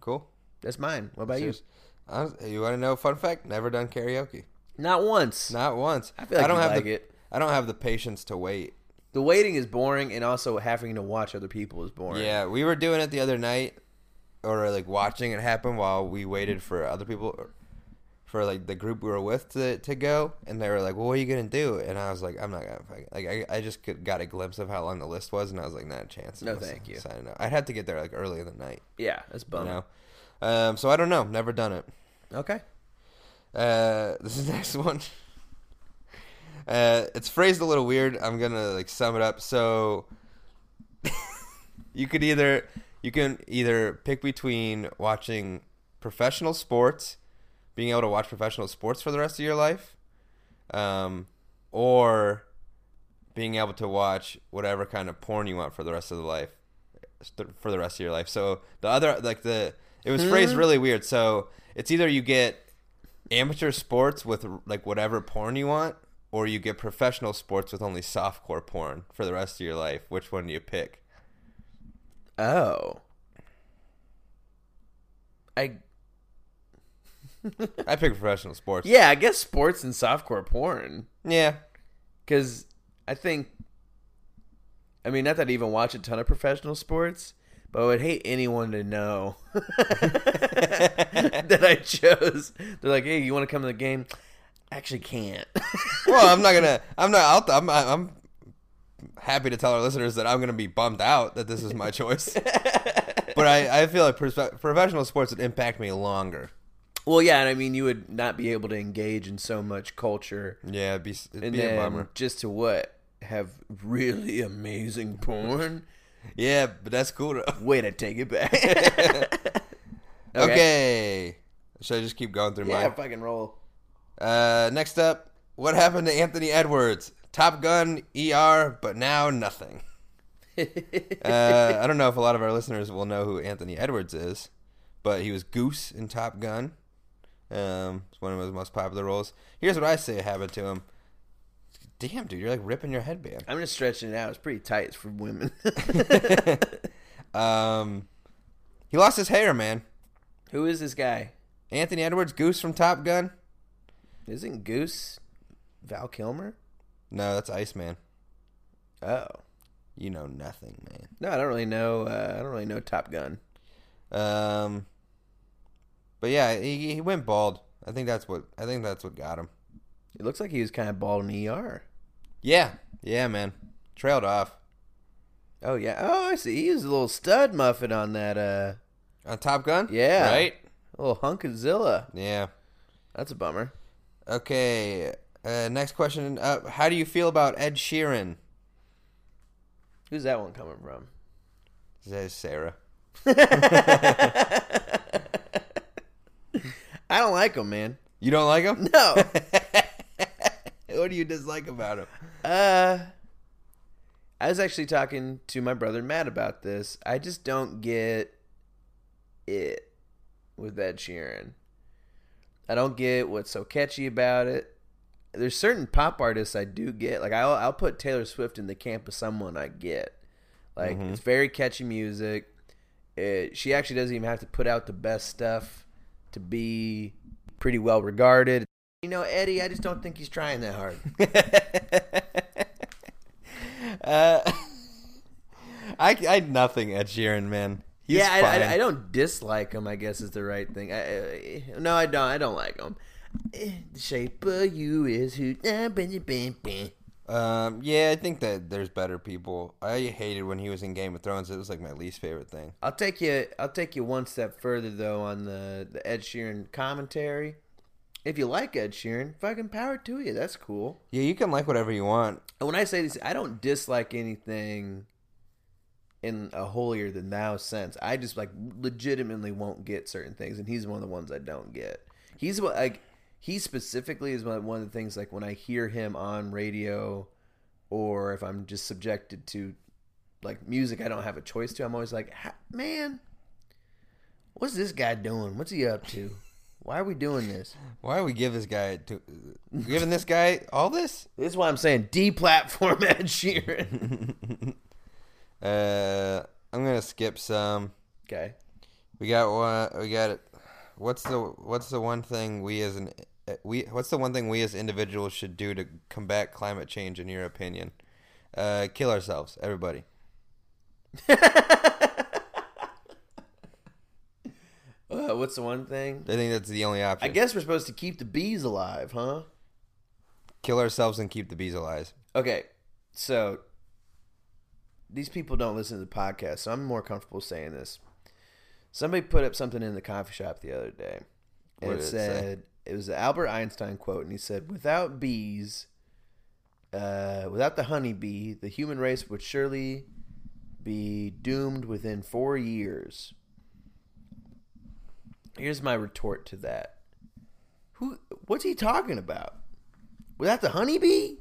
C: Cool.
B: That's mine. What about
C: Serious. Honest- You want to know a fun fact? Never done karaoke.
B: you? Not once.
C: Not once.
B: I feel like
C: don't
B: you'd
C: have
B: like
C: the,
B: it.
C: I don't have the patience to wait.
B: The waiting is boring, and also having to watch other people is boring.
C: Yeah, we were doing it the other night, or like watching it happen while we waited for other people, or for like the group we were with to to go, and they were like, "Well, what are you gonna do?" And I was like, "I'm not gonna fucking- like." I, I just could, got a glimpse of how long the list was, and I was like, "Not a chance."
B: No,
C: I'm
B: thank you.
C: Signing up. I'd have to get there like early in the night,
B: yeah, that's
C: you
B: bummer.
C: know. Um, so I don't know. Never done it.
B: Okay,
C: Uh, this is the next one. Uh, it's phrased a little weird. I'm gonna like sum it up. So you could either you can either pick between watching professional sports, being able to watch professional sports for the rest of your life, um, or being able to watch whatever kind of porn you want for the rest of the life for the rest of your life. So the other like the it was phrased really weird. So it's either you get amateur sports with like whatever porn you want or you get professional sports with only softcore porn for the rest of your life. Which one do you pick?
B: Oh. I
C: I pick professional sports.
B: yeah, I guess sports and softcore porn
C: Yeah.
B: cuz I think I mean, not that I even watch a ton of professional sports, but I would hate anyone to know that I chose. They're like, "Hey, you want to come to the game?" I actually can't.
C: Well, I'm not gonna. I'm not. I'll, I'm. I'm happy to tell our listeners that I'm gonna be bummed out that this is my choice. but I, I feel like perspe- professional sports would impact me longer.
B: well, yeah, and I mean, you would not be able to engage in so much culture
C: Yeah, it'd be, s- it'd
B: and
C: be a
B: then
C: bummer.
B: just to what have really amazing porn.
C: Yeah, but that's cool. Though.
B: Way to take it back.
C: Okay. Should I just keep going through
B: Yeah,
C: mine?
B: fucking roll.
C: Uh, next up, what happened to Anthony Edwards? Top Gun, ER, but now nothing. uh, I don't know if a lot of our listeners will know who Anthony Edwards is, but he was Goose in Top Gun. Um, it's one of his most popular roles. Here's what I say happened to him. Damn, dude, you're like ripping your headband.
B: I'm just stretching it out. It's pretty tight. It's for women.
C: Um, he lost his hair, man.
B: Who is this guy?
C: Anthony Edwards, Goose from Top Gun.
B: Isn't Goose Val Kilmer?
C: No, that's Iceman.
B: Oh.
C: You know nothing, man.
B: No, I don't really know. Uh, I don't really know Top Gun.
C: Um, but yeah, he, he went bald. I think that's what I think that's what got him.
B: It looks like he was kind of bald in ER.
C: Yeah, yeah, man, trailed off
B: Oh, yeah. Oh, I see. He was a little stud muffin on that. Uh,
C: on Top Gun.
B: Yeah.
C: right.
B: little hunk of Zilla.
C: Yeah.
B: That's a bummer.
C: Okay. Uh, next question up: How do you feel about Ed Sheeran?
B: Who's that one coming from?
C: Says Sarah.
B: I don't like him, man.
C: You don't like him?
B: No.
C: what do you dislike about him?
B: Uh, I was actually talking to my brother Matt about this. I just don't get it with Ed Sheeran. I don't get what's so catchy about it. There's certain pop artists I do get. Like I'll I'll put Taylor Swift in the camp of someone I get. Like it's very catchy music. It, she actually doesn't even have to put out the best stuff to be pretty well regarded. You know, Eddie, I just don't think he's trying that hard.
C: Uh, I I nothing Ed Sheeran, man. He's
B: yeah, I,
C: fine.
B: I, I don't dislike him. I guess is the right thing. I, I, no, I don't. I don't like him. Eh, The shape of you is who. ah, bing, bing, bing.
C: Um, yeah, I think that there's better people. I hated when he was in Game of Thrones. It was like my least favorite thing.
B: I'll take you. I'll take you one step further though on the the Ed Sheeran commentary. If you like Ed Sheeran, fucking power to you. That's cool.
C: Yeah, you can like whatever you want.
B: And when I say this, I don't dislike anything in a holier than thou sense. I just like legitimately won't get certain things, and he's one of the ones I don't get. He's what like he specifically is one one of the things like when I hear him on radio, or if I'm just subjected to like music I don't have a choice to. I'm always like, "Ha- man, what's this guy doing? What's he up to? Why are we doing this?
C: Why do we give this guy to, giving this guy all this?
B: This is why I'm saying deplatform Ed Sheeran.
C: Uh, I'm gonna skip some.
B: okay.
C: We got one. We got it. What's the What's the one thing we as an uh, we What's the one thing we as individuals should do to combat climate change? In your opinion, uh, kill ourselves, everybody.
B: Uh, what's the one thing?
C: I think that's the only option.
B: I guess we're supposed to keep the bees alive, huh?
C: kill ourselves and keep the bees alive.
B: Okay, so these people don't listen to the podcast, so I'm more comfortable saying this. Somebody put up something in the coffee shop the other day, and
C: What
B: it
C: did it say?
B: said it was an Albert Einstein quote, and he said, "Without bees, uh, without the honeybee, the human race would surely be doomed within four years." Here's my retort to that. Who? What's he talking about? Without the honeybee?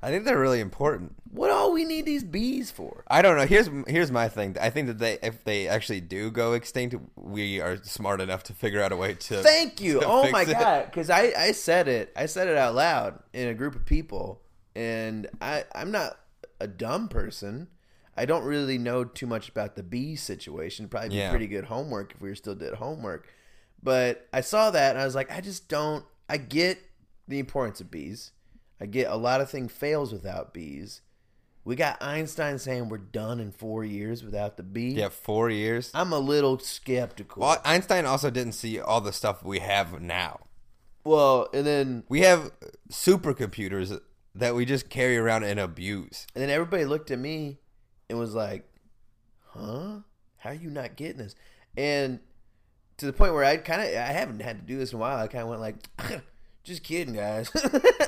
C: I think they're really important.
B: What all we need these bees for?
C: I don't know. Here's here's my thing. I think that they if they actually do go extinct, we are smart enough to figure out a way to.
B: Thank you.
C: to
B: Oh
C: fix
B: my
C: it.
B: god, because I I said it. I said it out loud in a group of people, and I I'm not a dumb person. I don't really know too much about the bee situation. Probably be
C: Yeah.
B: pretty good homework if we still did homework. But I saw that and I was like, I just don't. I get the importance of bees. I get a lot of thing fails without bees. We got Einstein saying we're done in four years without the bee.
C: Yeah, four years.
B: I'm a little skeptical.
C: Well, Einstein also didn't see all the stuff we have now.
B: Well, and then
C: We have supercomputers that we just carry around and abuse.
B: and then everybody looked at me and was like, "Huh? How are you not getting this?" And to the point where I kind of I haven't had to do this in a while. I kind of went like, "Just kidding, guys."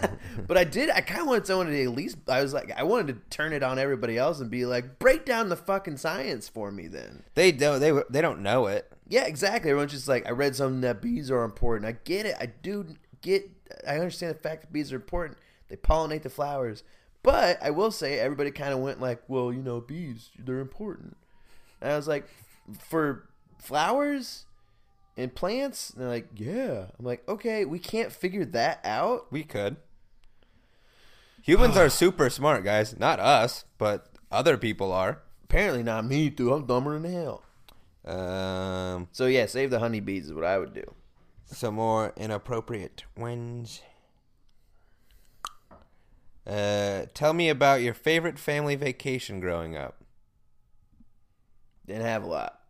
B: but I did. I kind of wanted someone to at least. I was like, I wanted to turn it on everybody else and be like, "Break down the fucking science for me, then."
C: They don't. They they don't know it.
B: Yeah, exactly. Everyone's just like, I read something that bees are important. I get it. I do get. I understand the fact that bees are important. They pollinate the flowers. But I will say, everybody kind of went like, well, you know, bees, they're important. And I was like, for flowers and plants? And they're like, yeah. I'm like, okay, we can't figure that out.
C: We could. Humans are super smart, guys. Not us, but other people are.
B: Apparently not me, dude. I'm dumber than hell.
C: Um,
B: So yeah, save the honeybees is what I would do.
C: some more inappropriate ones. Uh, tell me about your favorite family vacation growing up.
B: Didn't have a lot.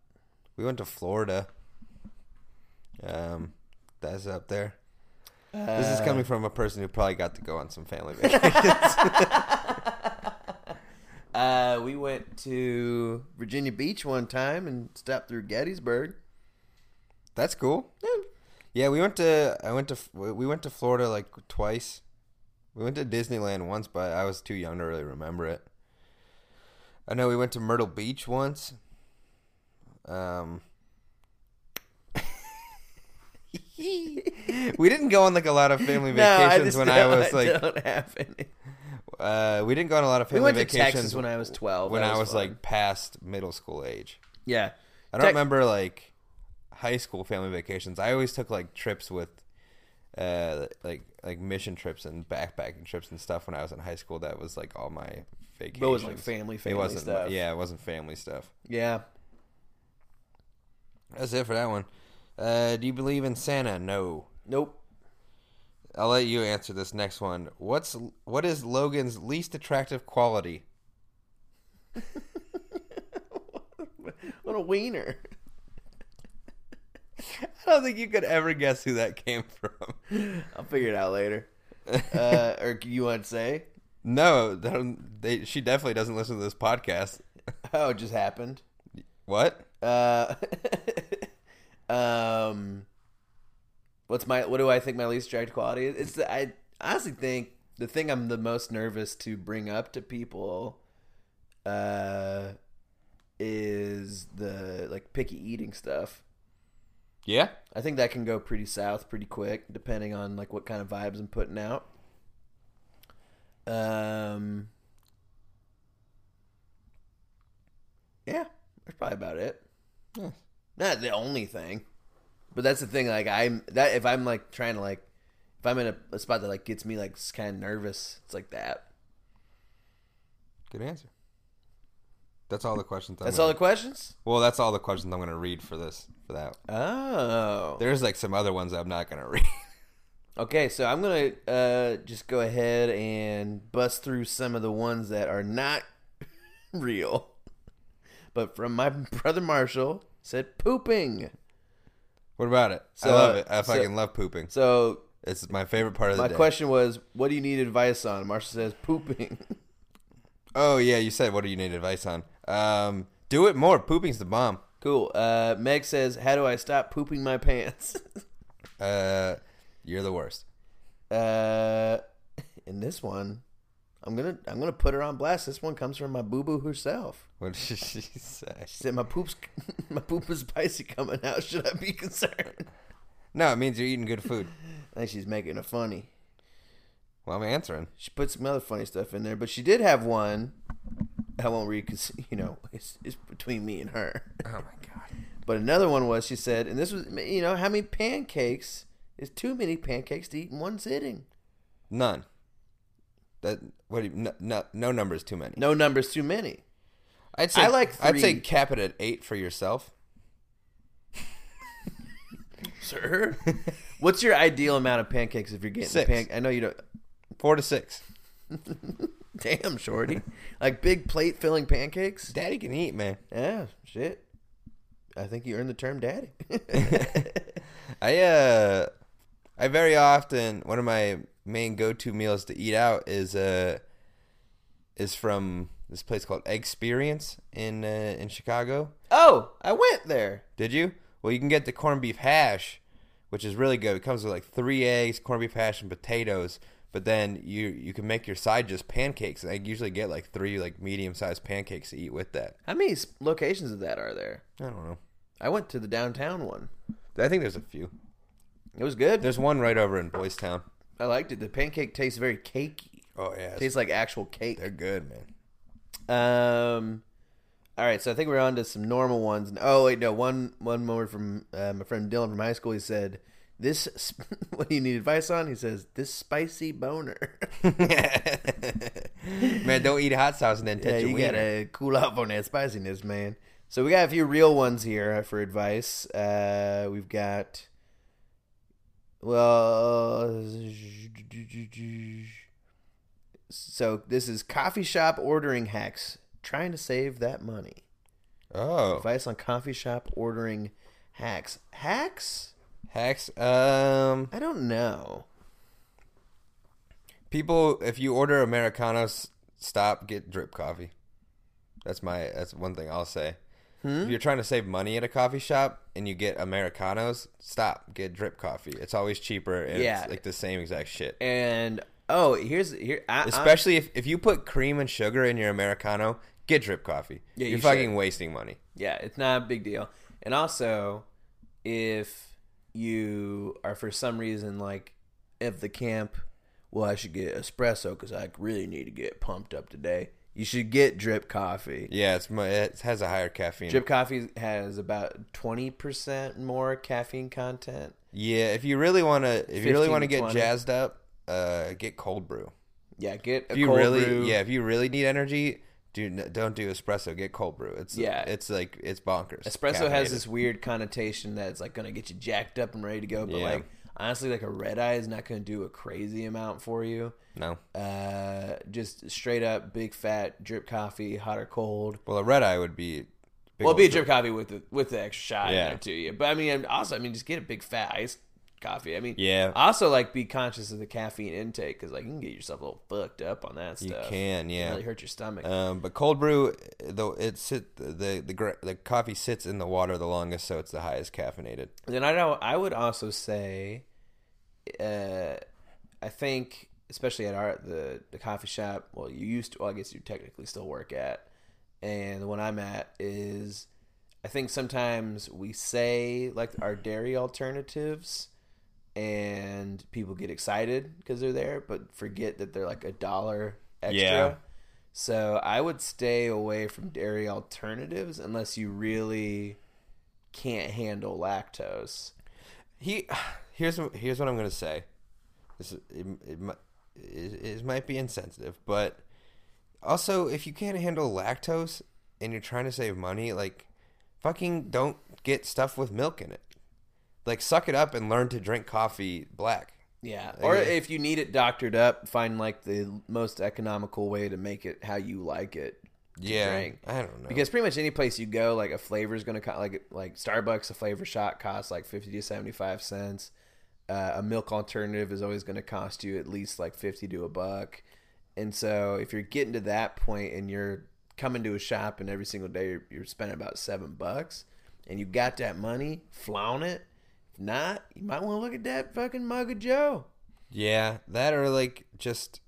C: We went to Florida. Um, that's up there. this is coming from a person who probably got to go on some family vacation.
B: Uh, we went to Virginia Beach one time and stopped through Gettysburg.
C: that's cool. Yeah, we went to I went to we went to Florida like twice. We went to Disneyland once, but I was too young to really remember it. I know we went to Myrtle Beach once. Um, we didn't go on like a lot of family vacations when I
B: don't-
C: was like
B: don't have any.
C: uh, we didn't go on a lot of
B: We
C: family
B: went to
C: vacations
B: Texas when I was twelve.
C: when
B: That
C: I was
B: fun.
C: like past middle school age.
B: yeah,
C: I don't
B: Tech-
C: remember like high school family vacations. I always took like trips with uh like like mission trips and backpacking trips and stuff when I was in high school. That was like all my vacations.
B: but it was like family,
C: It
B: family
C: wasn't
B: stuff.
C: yeah, it wasn't family stuff.
B: yeah.
C: That's it for that one. Uh do you believe in Santa? No.
B: Nope.
C: I'll let you answer this next one. What's what is Logan's least attractive quality?
B: What a wiener.
C: I don't think you could ever guess who that came from.
B: I'll figure it out later. Uh, or you want to say?
C: no, they don't- they, she definitely doesn't listen to this podcast.
B: Oh, it just happened.
C: What?
B: Uh, um, what's my what do I think my least attractive quality is? It's the, I honestly think the thing I'm the most nervous to bring up to people, uh, is the like picky eating stuff.
C: Yeah.
B: I think that can go pretty south pretty quick, depending on like what kind of vibes I'm putting out. Um, yeah, that's probably about it.
C: Yeah.
B: Not the only thing, but that's the thing. Like I'm that if I'm like trying to like if I'm in a, a spot that like gets me like kind of nervous, it's like that.
C: Good answer. That's all the questions. I'm
B: That's all
C: gonna,
B: the questions.
C: Well, that's all the questions I'm going to read for this for that.
B: Oh,
C: There's like some other ones I'm not going to read.
B: Okay, so I'm gonna uh, just go ahead and bust through some of the ones that are not real, but from my brother Marshall said pooping.
C: what about it?
B: So,
C: I love it. I
B: uh, so-
C: fucking love pooping.
B: So
C: It's my favorite part of the
B: my
C: day.
B: question was, what do you need advice on? Marshall says pooping.
C: Oh yeah, you said what do you need advice on? Um, do it more. Pooping's the bomb.
B: cool. Uh, Meg says, how do I stop pooping my pants?
C: Uh, you're the worst.
B: Uh, in this one, I'm gonna I'm gonna put her on blast. This one comes from my boo boo herself.
C: What did she say?
B: She said, my poops my poop is spicy coming out. Should I be concerned?
C: No, it means you're eating good food.
B: I think she's making it funny.
C: Well, I'm answering.
B: She put some other funny stuff in there, but she did have one. I won't read because you know it's, it's between me and her.
C: Oh my god.
B: But another one was she said, and this was you know how many pancakes is too many pancakes to eat in one sitting?
C: None. That what? Do you, no, no, no number is too many.
B: No numbers too many.
C: I'd say
B: I like
C: I'd say
B: three.
C: cap it at eight for yourself.
B: Sir, what's your ideal amount of pancakes if you're getting
C: Six.
B: pan? I know you don't.
C: Four to six.
B: Damn, shorty, like big plate filling pancakes.
C: Daddy can eat, man.
B: Yeah, shit. I think you earned the term daddy.
C: I uh, I very often one of my main go-to meals to eat out is uh, is from this place called Experience in uh, in Chicago.
B: oh, I went there.
C: Did you? Well, you can get the corned beef hash, which is really good. It comes with like three eggs, corned beef hash, and potatoes. But then you you can make your side just pancakes. And I usually get like three like medium-sized pancakes to eat with that.
B: How many s- locations of that are there?
C: I don't know.
B: I went to the downtown one.
C: I think there's a few.
B: It was good.
C: There's one right over in Boys Town.
B: I liked it. The pancake tastes very cakey.
C: Oh yeah,
B: Tastes like actual cake.
C: they're good, man.
B: Um, all right, so I think we're on to some normal ones. And- Oh wait, no one one more from uh, my friend Dylan from high school. He said, "This sp- what do you need advice on?" He says, "This spicy boner."
C: man, don't eat hot sauce and then touch
B: yeah,
C: your
B: you
C: wiener.
B: gotta cool off on that spiciness, man. So we got a few real ones here for advice. Uh, we've got, well, so this is coffee shop ordering hacks. Trying to save that money.
C: Oh,
B: Advice on coffee shop ordering hacks. Hacks?
C: hacks. Um,
B: I don't know.
C: people, if you order americanos, stop get drip coffee. That's my. That's one thing I'll say.
B: Hmm?
C: If you're trying to save money at a coffee shop and you get americanos, stop get drip coffee. It's always cheaper and
B: Yeah.
C: it's like the same exact shit.
B: And Oh, here's here. I, Especially,
C: Especially if, if you put cream and sugar in your Americano, get drip coffee.
B: Yeah,
C: You're
B: you should.
C: fucking wasting money.
B: yeah, it's not a big deal. And also, if you are for some reason like of the camp, well, I should get espresso because I really need to get pumped up today. You should get drip coffee.
C: Yeah, it's mu- it has a higher caffeine.
B: Drip coffee has about twenty percent more caffeine content.
C: Yeah, if you really want to, if you really
B: 15
C: want
B: to
C: to get
B: 20.
C: jazzed up, uh, get cold brew.
B: Yeah, get a
C: If you
B: cold
C: really,
B: brew.
C: yeah, if you really need energy, do n- don't do espresso. Get cold brew. It's
B: Yeah.
C: it's like it's bonkers.
B: Espresso has
C: Caffeinated.
B: this weird connotation that it's like gonna get you jacked up and ready to go, but
C: Yeah.
B: like honestly, like a red eye is not gonna do a crazy amount for you.
C: no.
B: Uh, just straight up big fat drip coffee, hot or cold.
C: Well, a red eye would be. big
B: well,
C: old
B: it'd be a drip coffee with the with the extra shot in
C: Yeah.
B: there to you. But I mean, and also, I mean, just get a big fat iced coffee. I mean,
C: Yeah.
B: Also, like be conscious of the caffeine intake because like you can get yourself a little fucked up on that
C: You
B: stuff.
C: can,
B: It
C: yeah.
B: really hurt your stomach.
C: Um, but cold brew, though it sit the the gra- the coffee sits in the water the longest, so it's the highest caffeinated.
B: then I know I would also say, uh, I think especially at our the the coffee shop. Well, you used to. Well, I guess you technically still work at, and the one I'm at is. I think sometimes we say like our dairy alternatives, and people get excited because they're there, but forget that they're like a dollar extra.
C: Yeah.
B: So I would stay away from dairy alternatives unless you really can't handle lactose.
C: He here's wh- here's what I'm gonna say. This is- it, it, mi- it, it might be insensitive, but also if you can't handle lactose and you're trying to save money, like fucking don't get stuff with milk in it. Like suck it up and learn to drink coffee black.
B: Yeah. Or
C: Yeah.
B: if you need it doctored up, find like the most economical way to make it how you like it.
C: Yeah,
B: drink.
C: I don't know.
B: Because pretty much any place you go, like a flavor is going to co- like like Starbucks, a flavor shot costs like fifty to seventy five cents. Uh, a milk alternative is always going to cost you at least like fifty to a buck. And so if you're getting to that point and you're coming to a shop and every single day you're, you're spending about seven bucks, and you got that money, flown it. If not, you might want to look at that fucking mug of Joe.
C: Yeah, that or like just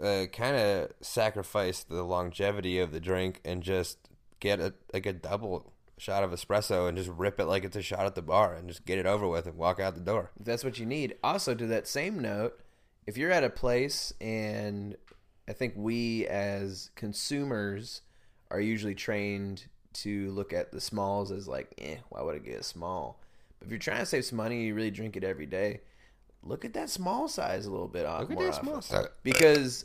C: uh, kind of sacrifice the longevity of the drink and just get a like a double shot of espresso and just rip it like it's a shot at the bar and just get it over with and walk out the door.
B: if that's what you need. Also, to that same note, if you're at a place and I think we as consumers are usually trained to look at the smalls as like, eh, why would I get a small? But if you're trying to save some money, you really drink it every day. Look at that small size a little bit. uh, Look
C: More often.
B: because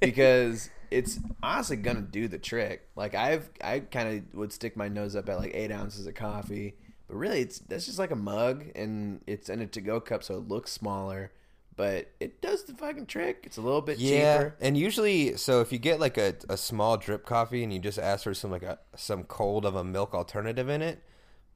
B: because it's honestly gonna do the trick. Like I've I kind of would stick my nose up at like eight ounces of coffee, but really it's that's just like a mug and it's in a to go cup, so it looks smaller, but it does the fucking trick. It's a little bit
C: Yeah,
B: cheaper.
C: and usually, so if you get like a, a small drip coffee and you just ask for some like a some cold of a milk alternative in it,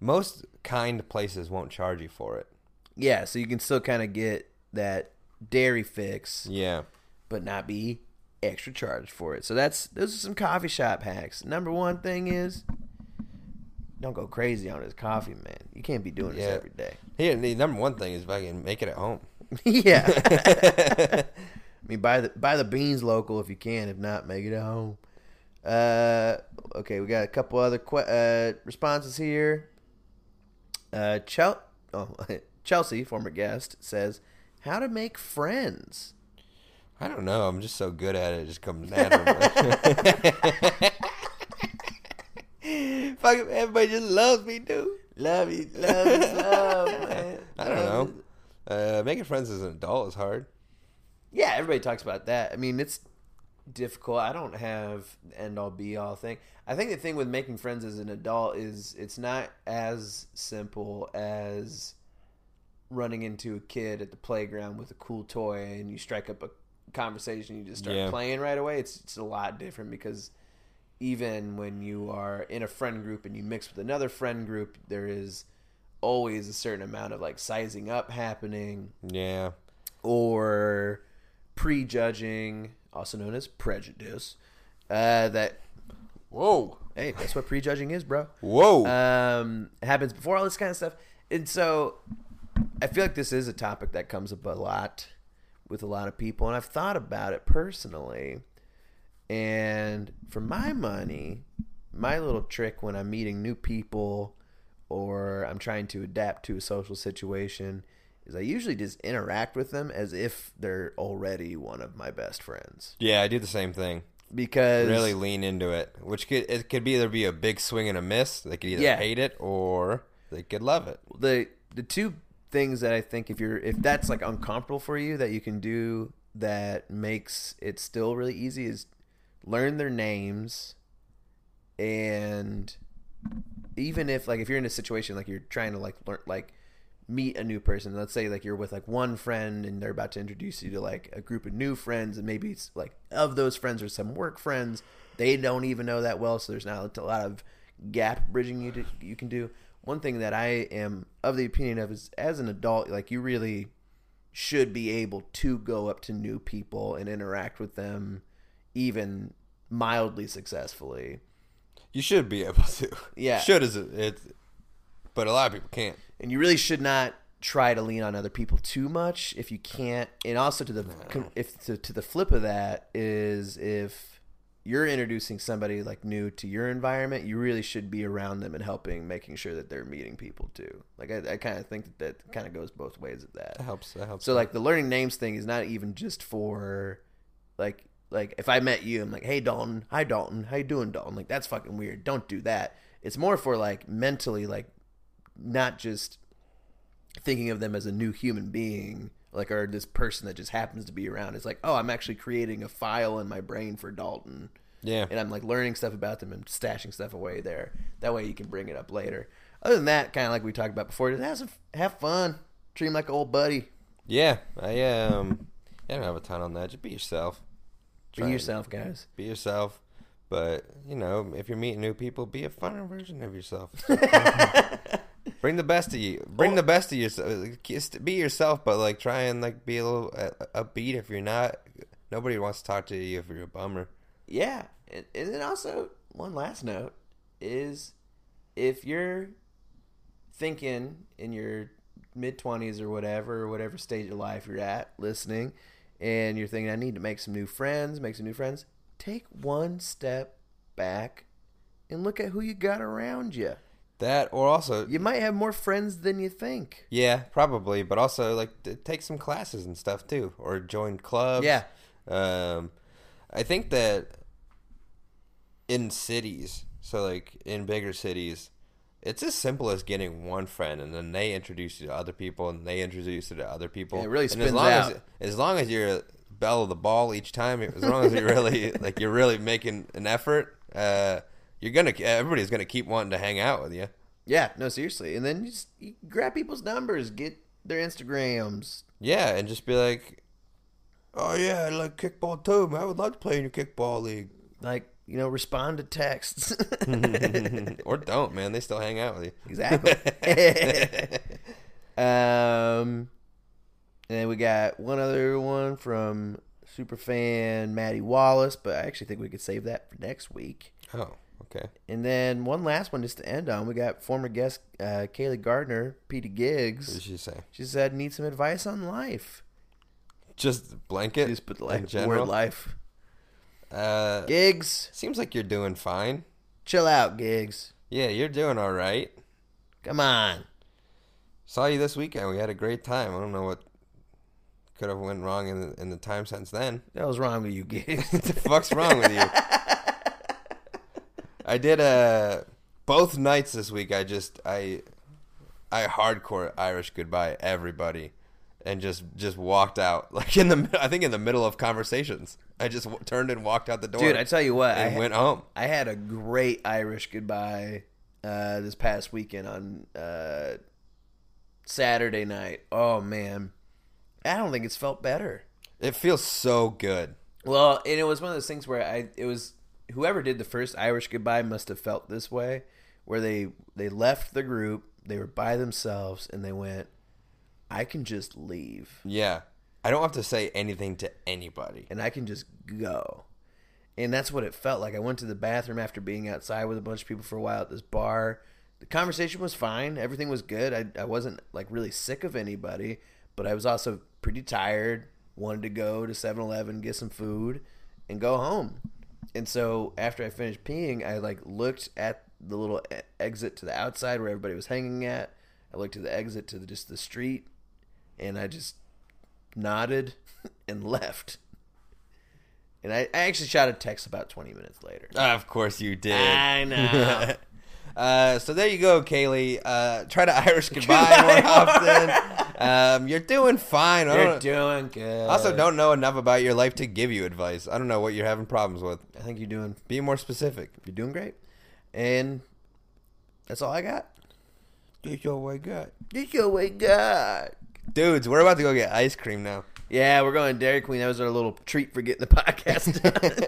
C: most kind places won't charge you for it.
B: Yeah, so you can still kind of get that dairy fix,
C: Yeah.
B: but not be extra charged for it. So that's those are some coffee shop hacks. Number one thing is. Don't go crazy on this coffee, man. You can't be doing
C: Yeah.
B: this every day.
C: Here, the number one thing is fucking make it at home.
B: yeah. I mean, buy the buy the beans local if you can. If not, make it at home. Uh, okay, we got a couple other que- uh, responses here. Uh, Chel- oh, Chelsea, former guest, says, "How to make friends."
C: I don't know. I'm just so good at it. It just comes naturally. Fuck, everybody just loves me, dude.
B: Love you, love is love, man.
C: I don't know. Uh, making friends as an adult is hard.
B: Yeah, everybody talks about that. I mean, it's difficult. I don't have the end all be all thing. I think the thing with making friends as an adult is it's not as simple as running into a kid at the playground with a cool toy and you strike up a conversation you just start
C: Yeah.
B: playing right away. It's it's a lot different because even when you are in a friend group and you mix with another friend group, there is always a certain amount of like sizing up happening
C: Yeah.
B: or prejudging, also known as prejudice. Uh, that
C: Whoa.
B: hey, that's what prejudging is, bro.
C: Whoa.
B: Um, happens before all this kind of stuff, and so I feel like this is a topic that comes up a lot with a lot of people, and I've thought about it personally. And for my money, my little trick when I'm meeting new people or I'm trying to adapt to a social situation is I usually just interact with them as if they're already one of my best friends.
C: Yeah, I do the same thing.
B: Because
C: Really lean into it, which could it could be either be a big swing and a miss. They could either
B: Yeah.
C: hate it or they could love it.
B: the the two things that I think if you're if that's like uncomfortable for you that you can do that makes it still really easy is learn their names and even if like if you're in a situation like you're trying to like learn like meet a new person let's say like you're with like one friend and they're about to introduce you to like a group of new friends and maybe it's like of those friends or some work friends they don't even know that well so there's not a lot of gap bridging you to, you can do one thing that i am of the opinion of is as an adult like you really should be able to go up to new people and interact with them even mildly successfully
C: You should be able to.
B: Yeah.
C: should is it, it's but a lot of people can't.
B: and you really should not try to lean on other people too much if you can't and also to the if to, to the flip of that is if you're introducing somebody like new to your environment you really should be around them and helping making sure that they're meeting people too like i, I kind of think that that kind of goes both ways of that
C: That helps. That helps.
B: so like the learning names thing is not even just for like like if I met you, I'm like, hey Dalton, hi Dalton, how you doing Dalton? Like that's fucking weird. Don't do that. It's more for like mentally, like not just thinking of them as a new human being, like or this person that just happens to be around. It's like, oh, I'm actually creating a file in my brain for Dalton
C: yeah,
B: and I'm like learning stuff about them and stashing stuff away there. That way you can bring it up later. Other than that, kind of like we talked about before, just have, some, have fun, treat him like an old buddy,
C: yeah. I um, I don't have a ton on that. Just be yourself.
B: Be
C: Try and
B: yourself, guys.
C: Be yourself. But you know, if you're meeting new people, be a funner version of yourself. Bring the best of you. Bring the best of yourself. Just be yourself, but like try and like be a little uh, upbeat. If you're not, nobody wants to talk to you if you're a bummer.
B: Yeah. And, and then also, one last note is if you're thinking in your mid 20s or whatever, or whatever stage of life you're at, listening, and you're thinking, I need to make some new friends, make some new friends, take one step back and look at who you got around you.
C: That or also,
B: You might have more friends than you think.
C: yeah, probably. But also, like t- take some classes and stuff too, or join clubs.
B: Yeah.
C: Um, I think that in cities, so like in bigger cities, it's as simple as getting one friend, and then they introduce you to other people, and they introduce you to other people.
B: Yeah, it really
C: And
B: spins
C: as long
B: out.
C: As, as long as you're bell of the ball each time, as long as you're really like you're really making an effort, uh, you're gonna everybody's gonna keep wanting to hang out with you.
B: Yeah, no, seriously. And then you just you grab people's numbers, get their Instagrams.
C: Yeah, and just be like, "Oh yeah, I like kickball too. Man. I would love to play in your kickball league."
B: Like, you know, respond to texts. Mm-hmm.
C: or don't, man. They still hang out with you.
B: Exactly. um, and then we got one other one from superfan Maddie Wallace, but I actually think we could save that for next week.
C: Oh, okay.
B: And then one last one just to end on. We got former guest uh, Kaylee Gardner, Petey
C: What did
B: Giggs.
C: she say?
B: She said, need some advice on life.
C: Just blanket.
B: Just put the
C: in
B: life, the word
C: general.
B: life.
C: Uh,
B: Giggs,
C: seems like you're doing fine.
B: chill out, Giggs.
C: Yeah, you're doing all right.
B: Come on.
C: Saw you this weekend. We had a great time. I don't know what could have went wrong in the, in the time since then.
B: What the hell's wrong with you, Giggs?
C: what the fuck's wrong with you? I did uh both nights this week. I just I I hardcore Irish goodbye everybody, and just just walked out like in the mid- I think in the middle of conversations. I just w- turned and walked out the door.
B: Dude, I tell you what. I
C: and
B: ha-
C: went home.
B: I had a great Irish goodbye uh, this past weekend on uh, Saturday night. Oh man, I don't think it's felt better.
C: It feels so good.
B: Well, and it was one of those things where I it was whoever did the first Irish goodbye must have felt this way, where they they left the group, they were by themselves, and they went, "I can just leave
C: Yeah, I don't have to say anything to anybody.
B: and I can just go." and that's what it felt like. I went to the bathroom after being outside with a bunch of people for a while at this bar. The conversation was fine. Everything was good. I, I wasn't like really sick of anybody, but I was also pretty tired. wanted to go to 7-Eleven, get some food, and go home. And so after I finished peeing, I like looked at the little e- exit to the outside where everybody was hanging at. I looked at the exit to the, just the street, and I just nodded and left. And I, I actually shot a text about 20 minutes later.
C: Of course you did.
B: I know.
C: Uh, so there you go, Kaylee. Uh, try to Irish goodbye more often. Um, you're doing fine. I
B: You're
C: don't,
B: doing good.
C: also, don't know enough about your life to give you advice. I don't know what you're having problems with.
B: I think you're doing
C: Be more specific.
B: you're doing great, and that's all I got. That's all I got.
C: Dudes, we're about to go get ice cream now.
B: Yeah, we're going to Dairy Queen. That was our little treat for getting the podcast done.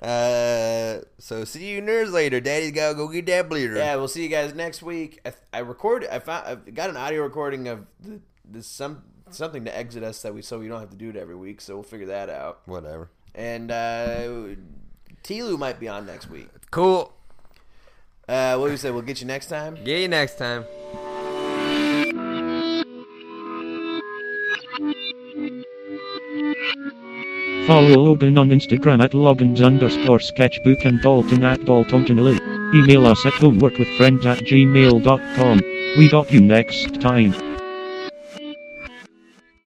C: Uh, so see you nerds later. Daddy's gotta go get that bleeder.
B: yeah, we'll see you guys next week. I, I recorded. I found. I got an audio recording of the, the some something to exit us that we so we don't have to do it every week. So we'll figure that out.
C: Whatever.
B: And uh, Tilu might be on next week.
C: Cool.
B: Uh, what do we say? We'll get you next time.
C: Get you next time.
A: Follow Logan on Instagram at Logans underscore sketchbook and Dalton at Daltontonally. Email us at homeworkwithfriends at gmail.com. We got you next time.